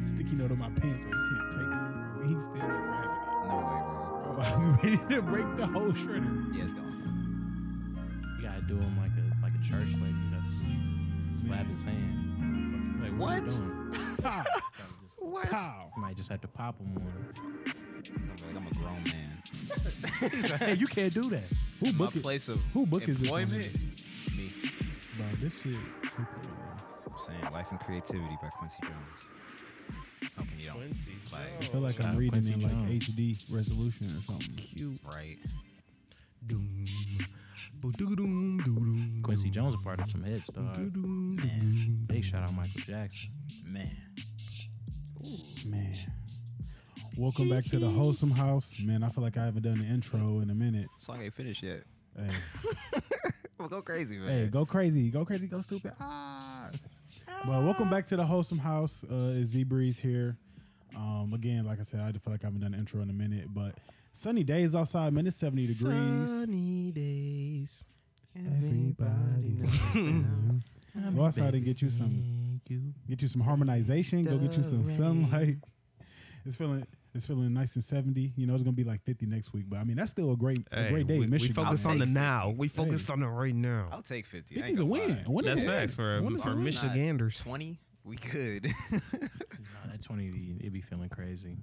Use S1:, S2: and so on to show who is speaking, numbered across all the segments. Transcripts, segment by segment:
S1: Kino to my pants so he can't take it. Bro. He's still grabbing it.
S2: No way, bro.
S1: Bro, I'm ready to break the whole shredder.
S2: Yeah, it's gone.
S3: You gotta do him like a like a church lady. That's slap his hand.
S1: Fucking
S3: Like
S2: What?
S3: Are you doing?
S1: Pow,
S3: Gotta just-
S2: What?
S1: pow.
S3: Might just have to pop him one.
S2: I'm like, I'm a grown man.
S3: hey, you can't do that.
S1: Who
S2: My
S1: book it?
S2: place of
S1: who book is this on?
S2: employment. Me.
S1: Bro, this shit. tripping, bro.
S2: I'm saying Life and Creativity by Quincy Jones. Hoping you don't
S4: Quincy
S2: Like,
S4: Jones.
S1: I feel like
S3: Shout
S1: I'm
S3: out
S1: reading
S3: Quincy
S1: in like
S3: Jones.
S1: HD resolution or something.
S2: right.
S3: Doom. Quincy Jones a part of some hit stuff.
S2: Man.
S3: Big shout out Michael Jackson.
S2: Man.
S1: Man. Welcome back to the Wholesome House. Man, I feel like I haven't done the intro in a minute.
S2: Song ain't finished yet.
S1: Hey,
S2: Well, go crazy, man.
S1: hey go crazy. Go crazy. Go stupid. Ah. But welcome back to the Wholesome House. Uh, it's Z Breeze here. Um, again, like I said, I feel like I haven't done the intro in a minute, but sunny days outside, man. It's 70 degrees.
S4: Sunny days.
S1: Everybody
S4: knows.
S1: Go outside and get you some get you some harmonization. Go get you some
S4: Alright.
S1: sunlight. It's feeling it's feeling nice and seventy. You know it's gonna be like fifty next week, but I mean that's still a great a great day.
S4: we,
S1: in Michigan.
S4: We focus
S2: I'll
S4: on the
S2: take
S4: now.
S2: 50.
S4: We focus on the right now.
S2: I'll take 50. I ain't
S1: Fifty's a
S2: gonna
S1: win.
S2: lie.
S1: A win is
S4: That's
S1: a win.
S4: facts for-
S1: A win is a
S4: for
S1: win.
S2: It's not
S4: Michiganders.
S2: 20. We good.
S3: Nah, that 20, be- it be feeling crazy.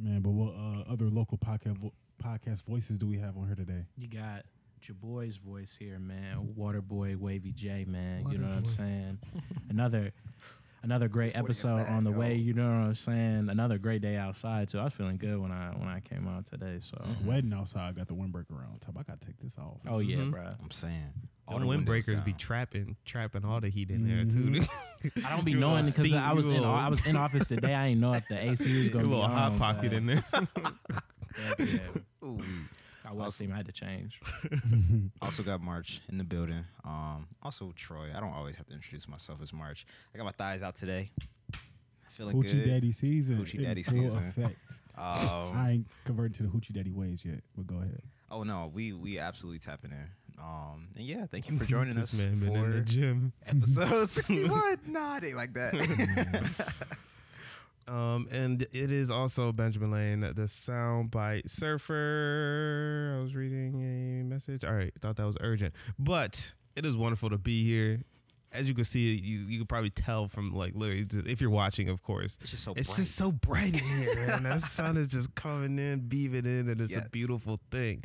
S1: Man, but what uh, other local podcast vo- podcast voices do we have on here today?
S3: You got your boy's voice here, man. Waterboy Wavy J, man. you know what I'm
S4: Waterboy.
S3: saying? Another another great
S2: It's what it
S3: episode
S2: meant,
S3: on the way.
S2: yo.
S3: You know what I'm saying? Another great day outside too. I was feeling good when I when I came out today. So,
S1: Wedding outside. Got the windbreaker around top. I gotta take this off.
S3: oh yeah,
S4: Mhm.
S3: bro.
S2: I'm saying.
S4: All the windbreakers be
S2: trying.
S4: trapping, trapping all the heat in there too.
S3: Mm-hmm. I don't be
S4: You
S3: knowing
S4: a
S3: because
S4: steam-
S3: I was
S4: you
S3: in
S4: a-
S3: I was in office today. I didn't know if the AC was
S4: a
S3: gonna be
S4: little
S3: on.
S4: hot pocket
S3: but-
S4: in there.
S3: Heck yeah.
S2: Ooh.
S3: I was seeing I had to change.
S2: Also got March in the building. Um, also Troy. I don't always have to introduce myself as March. I got my thighs out today. Feeling
S1: Hoochie
S2: good.
S1: Daddy season.
S2: Hoochie
S1: in
S2: Daddy
S1: full
S2: season.
S1: Effect.
S2: Um,
S1: I ain't converted to the Hoochie Daddy ways yet, but go ahead.
S2: oh no, we we absolutely tapping in. Um, and yeah, thank you for joining us
S4: this man been in the
S2: for
S4: gym.
S2: episode sixty one. nah, it ain't like that.
S4: Um, and it is also Benjamin Lane, the soundbite surfer. I was reading a message. All right, thought that was urgent, but it is wonderful to be here. As you can see, you you can probably tell from like literally just- if you're watching, of course.
S2: it's just so.
S4: It's
S2: bright.
S4: just so bright in here, man. That sun is just coming in, beaming in, and it's
S2: Yes.
S4: a beautiful thing.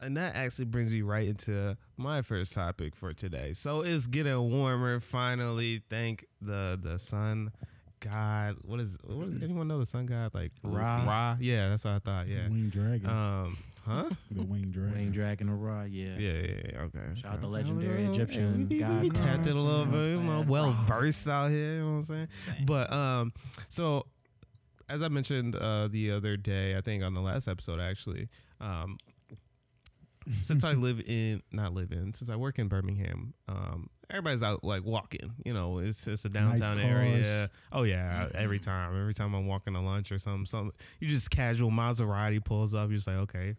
S4: And that actually brings me right into my first topic for today. So it's getting warmer finally. Thank the the sun god. What is what does anyone know the sun god like
S2: Ra.
S4: Ra? Yeah, that's what I thought. Yeah.
S1: Winged Dragon.
S4: Um, huh?
S1: the Winged Dragon.
S3: Wayne Dragon a raw, yeah.
S4: Yeah, yeah, yeah. Okay.
S3: Shout out the
S4: Okay.
S3: legendary
S4: Hey,
S3: Egyptian
S4: we be-
S3: god
S4: We be
S3: gods,
S4: tapped it a
S3: you know
S4: little
S3: what I'm
S4: bit, you know,
S3: saying?
S4: well versed out here. You know what I'm saying?
S2: Same.
S4: But um, so as I mentioned uh, the other day, I think on the last episode actually, um, since I live in not live in since I work in Birmingham, um, everybody's out like walking. You know, it's it's a downtown
S1: cars.
S4: area. Oh yeah, every time, every time I'm walking to lunch or something, something you just casual Maserati pulls up. You're just like, okay,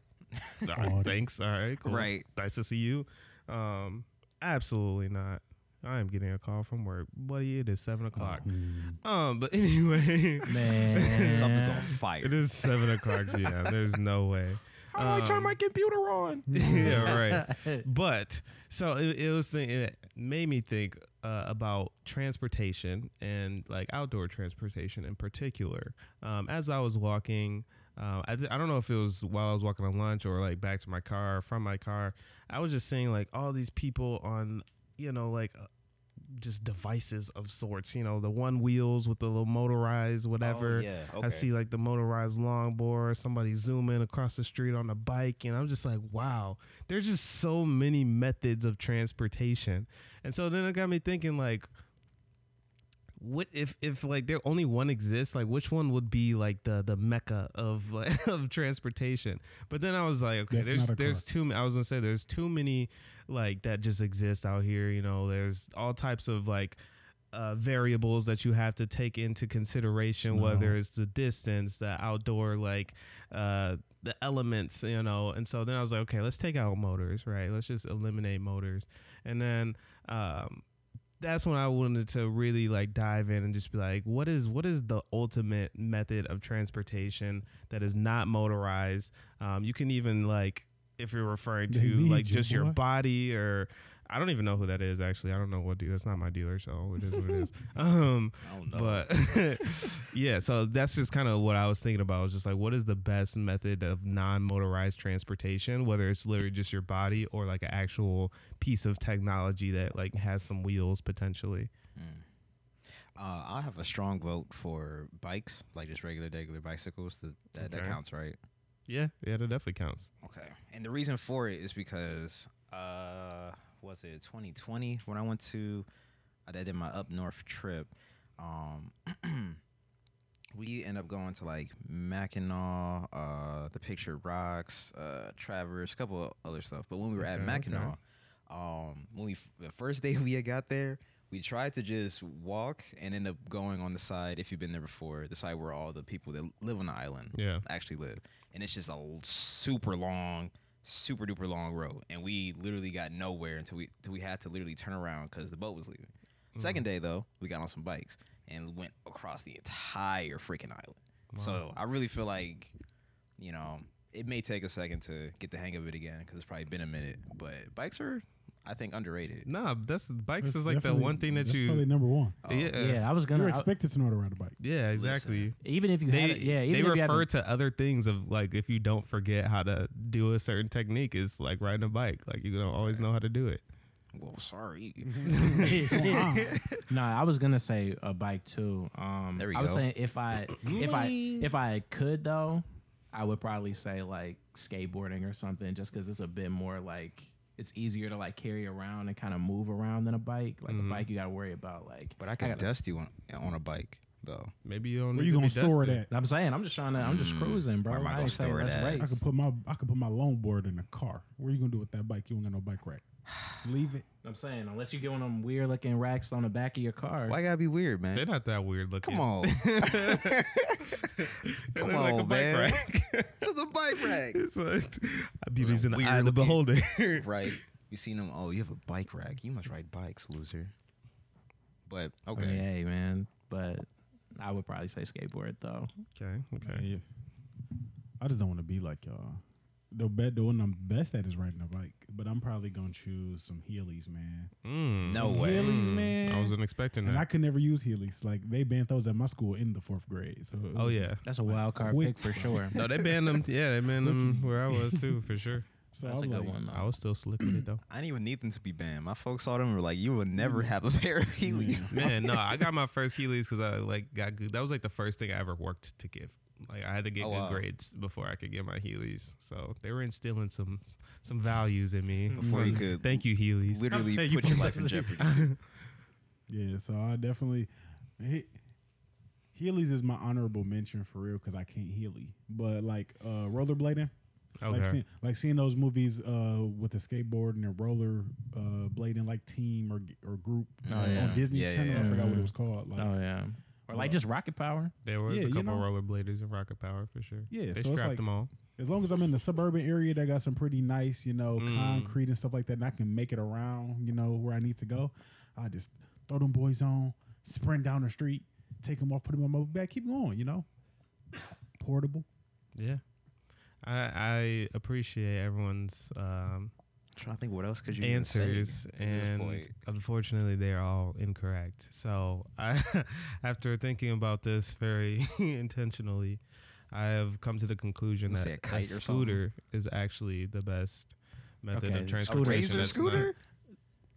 S4: all right, thanks, all right, cool,
S2: Right.
S4: nice to see you. Um, absolutely not. I am getting a call from work, buddy. It is seven o'clock.
S1: Hmm.
S4: Um, but anyway,
S3: Man.
S2: Something's on fire.
S4: it is seven o'clock p.m. There's no way.
S3: How do I turn
S4: Um,
S3: my computer on?
S4: yeah, right. But so it, it was think, it made me think uh, about transportation and like outdoor transportation in particular. Um, as I was walking, uh, I, th- I don't know if it was while I was walking to lunch or like back to my car or from my car. I was just seeing like all these people on, you know, like. uh, Just devices of sorts, you know, the one wheels with the little motorized whatever.
S2: Oh, yeah. Okay.
S4: I see like the motorized longboard, somebody zooming across the street on a bike, and I'm just like, wow, there's just so many methods of transportation. And so then it got me thinking like, what if if like there only one exists, like which one would be like the the mecca of like, of transportation? But then I was like, okay,
S1: That's
S4: there's
S1: not a
S4: there's too ma- I was gonna say there's too many like that just exist out here. You know, there's all types of like uh, variables that you have to take into consideration,
S1: Snow.
S4: whether it's the distance, the outdoor, like uh, the elements, you know. And so then I was like, okay, let's take out motors, right? Let's just eliminate motors. And then um, that's when I wanted to really like dive in and just be like, what is what is the ultimate method of transportation that is not motorized? Um, you can even like if you're referring
S1: They
S4: to
S1: need
S4: like
S1: you,
S4: just your
S1: boy.
S4: body or I don't even know who that is actually. I don't know what dealer. That's not my dealer, so it is what it is. Um,
S2: I don't know.
S4: but yeah, so that's just kind of what I was thinking about. I was just like, what is the best method of non-motorized transportation? Whether it's literally just your body or like an actual piece of technology that like has some wheels potentially.
S2: Mm. Uh, I have a strong vote for bikes, like just regular, regular bicycles. That that, that
S4: Okay.
S2: counts, right?
S4: Yeah, yeah, that definitely counts.
S2: Okay. And the reason for it is because uh, was it 2020 when I went to I did my up north trip. Um, we end up going to like Mackinac, uh, the Picture Rocks, uh, Traverse, a couple of other stuff. But when we were at
S4: Okay, okay.
S2: Mackinac, um, when we f- the first day we had got there, we tried to just walk and end up going on the side. If you've been there before, the side where all the people that live on the island
S4: Yeah.
S2: actually live. And it's just a l- super long, super duper long road. And we literally got nowhere until we until we had to literally turn around because the boat was leaving. Second day though, we got on some bikes and went across the entire freaking island. So I really feel like, you know, it may take a second to get the hang of it again because it's probably been a minute. But bikes are, I think, underrated.
S4: Nah, that's bikes
S1: That's
S4: is like the
S1: definitely-
S4: one thing that
S1: that's
S4: you.
S1: probably number one.
S4: yeah,
S3: Oh, yeah, I was gonna.
S1: You're
S3: I-
S1: expected to know how to ride a bike.
S4: yeah, exactly.
S3: even if you
S4: They,
S3: had, it- yeah,
S4: they
S3: even if you
S4: refer
S3: haven't-
S4: to other things of like if you don't forget how to do a certain technique, it's like riding a bike. Like you don't always know how to do it.
S2: Well, sorry.
S3: no, Oh, I was gonna say a bike too. Um,
S2: There we
S3: I was
S2: go.
S3: saying if I if I if I could though, I would probably say like skateboarding or something, just because it's a bit more like it's easier to like carry around and kind of move around than a bike. Like a bike, you gotta worry about like.
S2: Mm-hmm. But I can
S3: gotta-
S2: dust you on, on a bike though.
S4: Maybe you don't.
S1: Where
S4: need
S1: you
S4: to
S1: gonna
S4: be
S1: store it
S4: dusted.
S1: at?
S3: I'm saying I'm just trying to. I'm just
S2: Mm,
S3: cruising, bro.
S2: where am I
S3: I
S2: gonna
S3: ain't saying
S2: store it
S3: let's
S2: at? I
S3: race.
S1: I could put my I could put my longboard in the car. What are you gonna do with that bike? You ain't got no bike rack. Leave it.
S3: I'm saying unless you get one of them weird looking racks on the back of your car.
S2: Why gotta be weird, man?
S4: They're not that weird looking.
S2: Come on.
S4: They
S2: Come
S4: look like a
S2: on,
S4: bike
S2: man.
S4: rack.
S2: Just a bike rack.
S4: it's like beauty's in the
S2: Weird
S4: eye of the
S2: looking.
S4: beholder.
S2: right. You seen them? Oh, you have a bike rack. You must ride bikes, loser. But
S3: I
S2: okay.
S4: Oh,
S3: mean, hey, man. But I would probably say skateboard though.
S4: okay. Okay.
S1: Yeah. I just don't want to be like y'all. The bet the one I'm best at is riding a bike, but I'm probably gonna choose some Heelys, man.
S4: Mm.
S2: No way.
S1: Heelys,
S4: Mm.
S1: man.
S4: I wasn't expecting
S1: And I
S4: that.
S1: could never use Heelys. Like they banned those at my school in the fourth grade. So it
S4: Oh
S1: was-
S4: yeah.
S3: That's a wild card
S1: quick
S3: pick for
S1: one.
S3: sure.
S4: No, they banned them. Yeah, they banned them where I was too, for sure.
S1: So
S3: That's
S1: I'm
S3: a good
S1: like,
S3: one
S4: I
S3: though.
S4: was still slick with it though.
S2: I didn't even need them to be banned. My folks saw them and were like, "You will never have a pair of Heelys."
S4: Man, no, I got my first Heelys because I like got good. That was like the first thing I ever worked to give. Like I had to get
S2: Oh,
S4: good
S2: wow.
S4: grades before I could get my Heelys. So they were instilling some some values in me.
S2: Mm. Before you could
S4: Thank you, Heelys.
S2: literally
S4: Thank
S2: put
S4: you
S2: your
S4: for-
S2: life in jeopardy.
S1: Yeah, so I definitely he, Heelys is my honorable mention for real because I can't Heely. But like uh rollerblading, like
S4: Okay.
S1: seeing like seeing those movies uh with the skateboard and the roller uh blading like team or or group
S2: Oh,
S3: yeah.
S1: on Disney
S2: Yeah, yeah,
S1: Channel. I
S3: yeah.
S1: forgot what it was called. Like
S3: Oh yeah. Or like just rocket power.
S4: There was
S1: Yeah,
S4: a
S1: you
S4: couple
S1: know.
S4: rollerbladers in Rocket Power for sure.
S1: Yeah,
S4: they
S1: so it's
S4: strapped
S1: like-
S4: them all.
S1: as long as I'm in the suburban area that got some pretty nice, you know,
S4: Mm.
S1: concrete and stuff like that, and I can make it around, you know, where I need to go, I just throw them boys on, sprint down the street, take them off, put them on my back, keep going, you know. Portable.
S4: Yeah, I I appreciate everyone's um,
S2: trying to think, what else could you even say
S4: answers,
S2: at this
S4: and
S2: point?
S4: unfortunately, they're all incorrect. So I, after thinking about this very intentionally, I have come to the conclusion
S2: You
S4: that
S2: say a
S4: a,
S2: kite or something?
S4: scooter is actually the best method
S3: Okay,
S4: of
S3: a
S4: transportation.
S2: a razor
S4: That's not-
S2: scooter.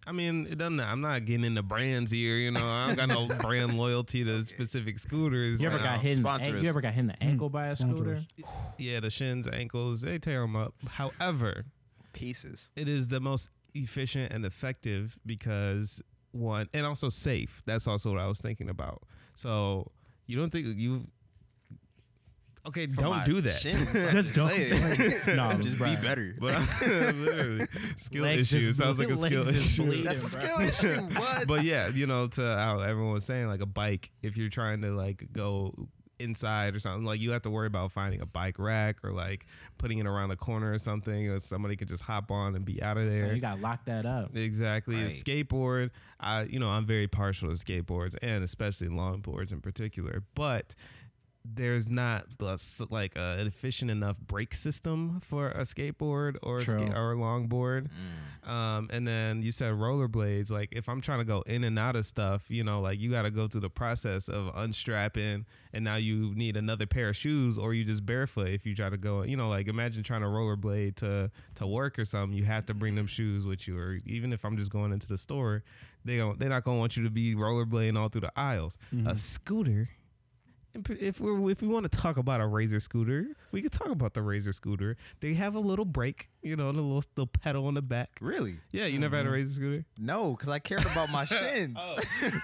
S4: I mean, it doesn't. I'm not getting into brands here. You know, I don't got no brand loyalty to specific scooters.
S3: You ever
S4: now.
S2: uh,
S3: got hit? In the,
S2: sponsor
S3: an-
S2: us.
S3: you ever got hit in the
S4: Hmm.
S3: ankle by a
S1: sponsor
S3: scooter?
S1: us.
S4: Yeah, the shins, ankles, they tear them up. However,
S2: Pieces.
S4: it is the most efficient and effective because one and also safe. That's also what I was thinking about. So you don't think you okay?
S2: For
S4: don't
S2: my
S4: do that.
S2: shins, I'm
S3: Just don't
S2: saying.
S3: No,
S2: just be
S3: right.
S2: better.
S4: But literally, skill
S3: Legs
S4: issue
S3: just
S4: sounds like a
S3: bleed-
S4: skill
S3: legs just
S4: issue.
S3: bleed.
S2: That's a
S3: Yeah,
S2: skill issue. What?
S4: but yeah, you know, to how everyone was saying, like a bike. If you're trying to like go inside or something. Like you have to worry about finding a bike rack or like putting it around the corner or something, or somebody could just hop on and be out of
S3: So
S4: there.
S3: you gotta lock that up.
S4: Exactly. A
S2: Right.
S4: skateboard, I you know, I'm very partial to skateboards and especially longboards in particular, but there's not the s- like a, an efficient enough brake system for a skateboard or a
S3: True.
S4: ska- or a longboard.
S2: Mm.
S4: Um, and then you said rollerblades. Like if I'm trying to go in and out of stuff, you know, like you got to go through the process of unstrapping, and now you need another pair of shoes, or you just barefoot if you try to go. You know, like imagine trying to rollerblade to to work or something. You have to bring them shoes with you, or even if I'm just going into the store, they don't. They're not gonna want you to be rollerblading all through the aisles. A scooter. And p- If we if we want to talk about a razor scooter, we could talk about the razor scooter. They have a little brake, you know, the little, little pedal on the back.
S2: Really?
S4: Yeah, you never had
S3: Mm-hmm.
S4: a razor scooter.
S2: No, because I cared about my shins.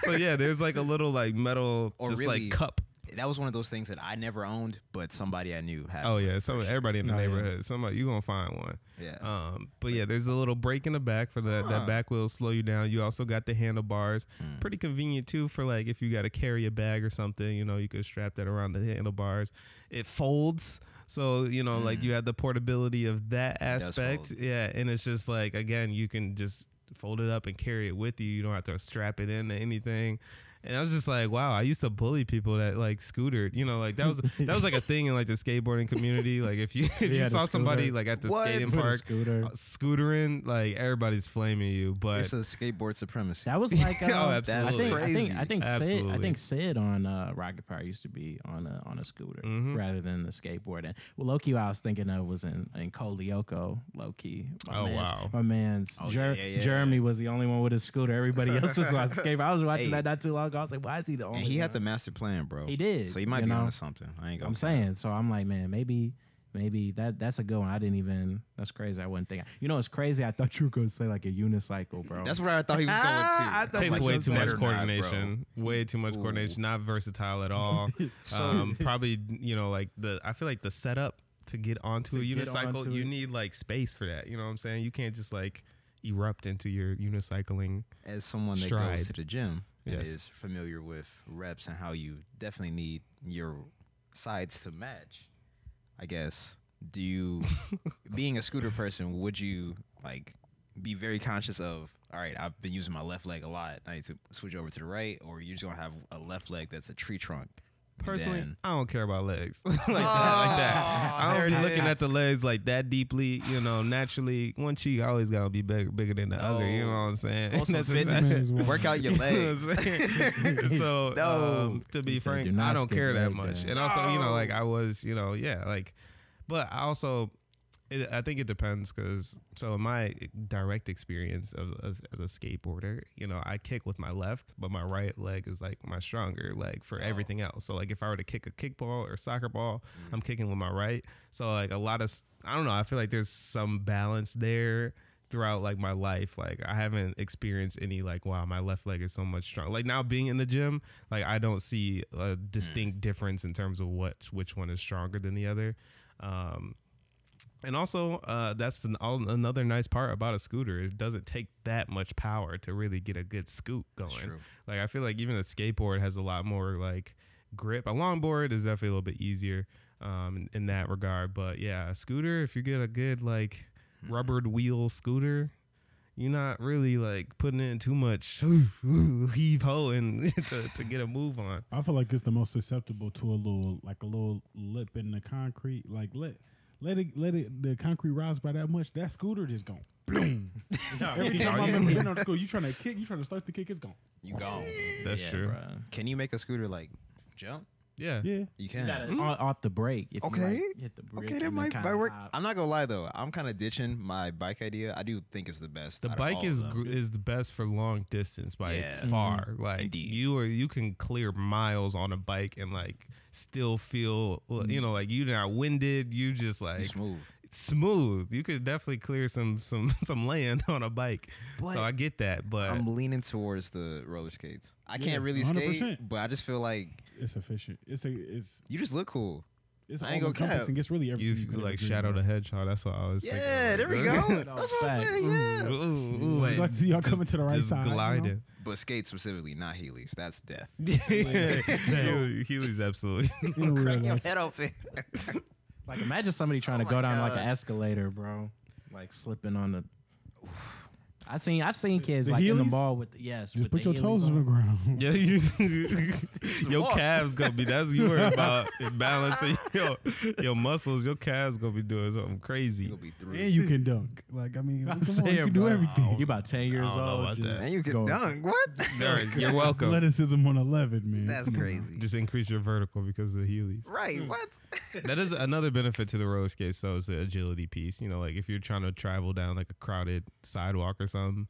S4: so yeah, there's like a little like metal,
S2: Or
S4: just
S2: really-
S4: like cup.
S2: That was one of those things that I never owned, but somebody I knew had.
S4: Oh
S2: one.
S4: yeah, so everybody in the
S3: Oh, yeah.
S4: neighborhood, somebody you gonna find one.
S2: Yeah.
S3: uh,
S4: Um, but yeah, there's a little brake in the back for that.
S2: Huh. Hmm.
S4: That back will slow you down. You also got the handlebars, pretty convenient too for like if you got to carry a bag or something. You know, you could strap that around the handlebars. It folds, so you know, like you have the portability of that
S2: Hmm. does
S4: aspect.
S2: fold.
S4: Yeah, and it's just like again, you can just fold it up and carry it with you. You don't have to strap it into anything. And I was just like, wow, I used to bully people that like scootered. You know, like that was that was like a thing in like the skateboarding community. Like if you if
S1: Yeah,
S4: you
S1: the
S4: saw somebody
S1: scooter.
S4: like at the
S2: What?
S4: skating
S1: Put a
S4: park
S1: scooter.
S4: uh, scootering, like everybody's flaming you. But
S2: it's a skateboard supremacy.
S3: That was like uh,
S4: oh,
S3: I
S4: absolutely.
S3: think, I
S2: Crazy.
S3: think I think Sid I
S4: Absolutely.
S3: think Sid on uh, Rocket Fire used to be on a on a scooter
S4: Mhm.
S3: rather than the skateboard. And well, low key, I was thinking of was in in Kolioko, low key. My
S4: Oh,
S3: man's,
S4: wow.
S3: my man's
S2: Oh,
S3: Jer-
S2: yeah, yeah, yeah.
S3: Jeremy was the only one with a scooter. Everybody else was on a skateboard. I was watching
S2: Hey.
S3: that not too long ago. I was like, why is he the only?
S2: and he
S3: one?
S2: had the master plan, bro.
S3: He did,
S2: So he might
S3: you
S2: be
S3: know?
S2: onto something. I ain't gonna.
S3: I'm
S2: front.
S3: saying. So I'm like, man, maybe, maybe that that's a good one. I didn't even. That's crazy. I wouldn't think. You know, it's crazy. I thought you were gonna say like a unicycle, bro.
S2: That's where I thought he was going to.
S4: Ah,
S2: I thought
S4: takes
S2: like,
S4: way
S2: you
S4: too much
S2: better not, bro.
S4: coordination. way too much
S2: Ooh.
S4: coordination. Not versatile at all.
S2: So-
S4: um, probably you know like the I feel like the setup to get onto
S3: To
S4: a
S3: get
S4: unicycle,
S3: onto
S4: you
S3: it.
S4: need like space for that. You know what I'm saying? You can't just like erupt into your unicycling.
S2: As someone that
S4: Stride.
S2: goes to the gym and
S4: Yes.
S2: is familiar with reps and how you definitely need your sides to match, I guess. Do you, being a scooter person, would you like be very conscious of? All right, I've been using my left leg a lot. I need to switch over to the right, or you're just gonna have a left leg that's a tree trunk. and
S4: Personally,
S2: then-
S4: I don't care about legs like that. Like that. I
S2: there
S4: don't be
S2: it
S4: looking
S2: is.
S4: at the legs like that deeply. You know, naturally, one cheek always gotta be bigger, bigger than the other. You know
S2: No.
S4: what I'm saying?
S2: Oh. Also
S4: That's-
S2: fitness.
S4: that's-
S2: Work out your
S4: You know
S2: legs.
S4: what I'm saying? so
S2: No.
S4: um, to be
S3: He said, "Do
S4: frank,
S3: not
S4: I don't
S3: skip
S4: care that
S3: leg
S4: much.
S3: day."
S4: And also, you know,
S2: No.
S4: like I was, you know, yeah, like, but I also, it, I think it depends because so in my direct experience of as, as a skateboarder, you know, I kick with my left, but my right leg is like my stronger leg for everything else. So like if I were to kick a kickball or soccer ball, I'm kicking with my right. So like a lot of s- I don't know. I feel like there's some balance there throughout like my life. Like I haven't experienced any like wow, my left leg is so much strong. Like now being in the gym, like I don't see a distinct difference in terms of what which one is stronger than the other. Um, and also, uh, that's an, all, another nice part about a scooter. It doesn't take that much power to really get a good scoot going.
S2: true.
S4: Like I feel like even a skateboard has a lot more like grip. A longboard is definitely a little bit easier um, in, in that regard. But yeah, a scooter, if you get a good like
S2: Mm-hmm.
S4: rubbered wheel scooter, you're not really like putting in too much heave ho and to, to get a move on.
S1: I feel like it's the most susceptible to a little, like a little lip in the concrete. Like let let it let it the concrete rise by that much. That scooter just gone. Every time I'm in the window of school, you trying to kick, you trying to start the kick, it's gone.
S2: You gone.
S4: That's
S3: Yeah,
S4: true.
S3: bruh.
S2: Can you make a scooter like jump?
S4: Yeah.
S1: Yeah,
S2: You
S3: You
S2: can.
S3: gotta o- off the break. If
S2: Okay.
S3: You, like, hit the brick
S2: Okay,
S3: and
S2: that
S3: then
S2: might,
S3: kinda
S2: might work.
S3: hop.
S2: I'm not gonna lie though. I'm kind of ditching my bike idea. I do think it's the best.
S4: The
S2: out of
S4: bike
S2: all of
S4: is
S2: them.
S4: gr- is the best for long distance by
S2: Yeah. Mm-hmm.
S4: far. Like
S2: Indeed.
S4: you are you can clear miles on a bike and like still feel well, you know like you're not winded. You just like
S2: It's Mm-hmm. smooth.
S4: smooth. You could definitely clear some some some land on a bike.
S2: But
S4: so I get that, but
S2: I'm leaning towards the roller skates. I
S1: Yeah,
S2: can't really skate,
S1: 100%.
S2: but I just feel like
S1: it's efficient. It's a it's
S2: you just look cool.
S1: It's
S2: I ain't gonna cap.
S1: all-encompassing. It's really everything.
S4: You,
S1: could
S4: feel
S1: ever
S4: like
S1: dream
S4: Shadow
S1: of.
S4: the Hedgehog. That's what I was. thinking
S2: Yeah,
S4: of.
S2: there we go. That's what I'm saying. Yeah.
S4: Ooh, ooh,
S1: Ooh,
S4: ooh.
S1: I'd like to see y'all coming to the right
S4: just
S1: side. you know?
S4: gliding.
S2: But skate specifically, not Heelys. That's death.
S4: Healy- Healy's absolutely.
S1: In real life.
S2: head open.
S3: Like imagine somebody trying to
S2: Oh my
S3: go down like
S2: God.
S3: an escalator, bro. Like slipping on the. I seen I've seen kids
S1: the
S3: like in the
S1: Heelys?
S3: mall with yes.
S1: Just
S3: with
S1: put
S3: the
S1: your
S3: Heelys
S1: toes on
S3: on.
S1: the ground.
S4: Yeah, you, your
S2: walk.
S4: calves gonna be. That's you worry about balancing your your muscles. Your calves gonna be doing something crazy.
S2: You'll be through.
S1: And you can dunk. Like I mean, come
S3: I'm
S1: on,
S3: saying,
S1: you can do
S3: bro.
S1: everything.
S3: You about ten years
S4: don't know
S3: old.
S4: about
S3: just
S4: that.
S2: And you
S3: go-
S2: can dunk. What?
S4: Nerd, you're welcome.
S1: Athleticism on eleven, man.
S2: That's
S1: Come on.
S2: crazy.
S4: Just increase your vertical because of the Heelys.
S2: Right. What?
S4: that is another benefit to the roller skates though is the agility piece you know like if you're trying to travel down like a crowded sidewalk or something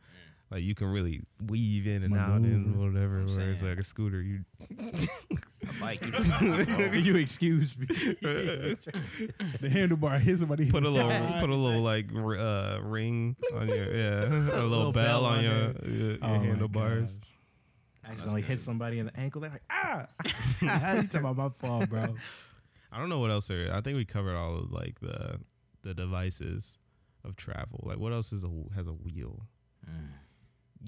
S4: like you can really weave in and out and
S1: Maneuver.
S4: whatever
S2: I'm
S4: where it's
S2: saying.
S4: like a scooter you
S2: A bike. You can-
S3: you excuse me.
S1: The handlebar hit somebody.
S4: put a
S1: in the
S4: little
S1: side.
S4: put a little like r- uh ring on your yeah a little,
S3: Little
S4: bell,
S3: bell
S4: on
S3: on
S4: your,
S3: there.
S4: your, your
S3: Oh my
S4: handlebars
S3: gosh. Accidentally hit somebody in the ankle. They're like, ah.
S1: you talking about my fault, bro?
S4: i don't know what else there i think we covered all of like the the devices of travel like what else is a has a wheel
S3: Mm.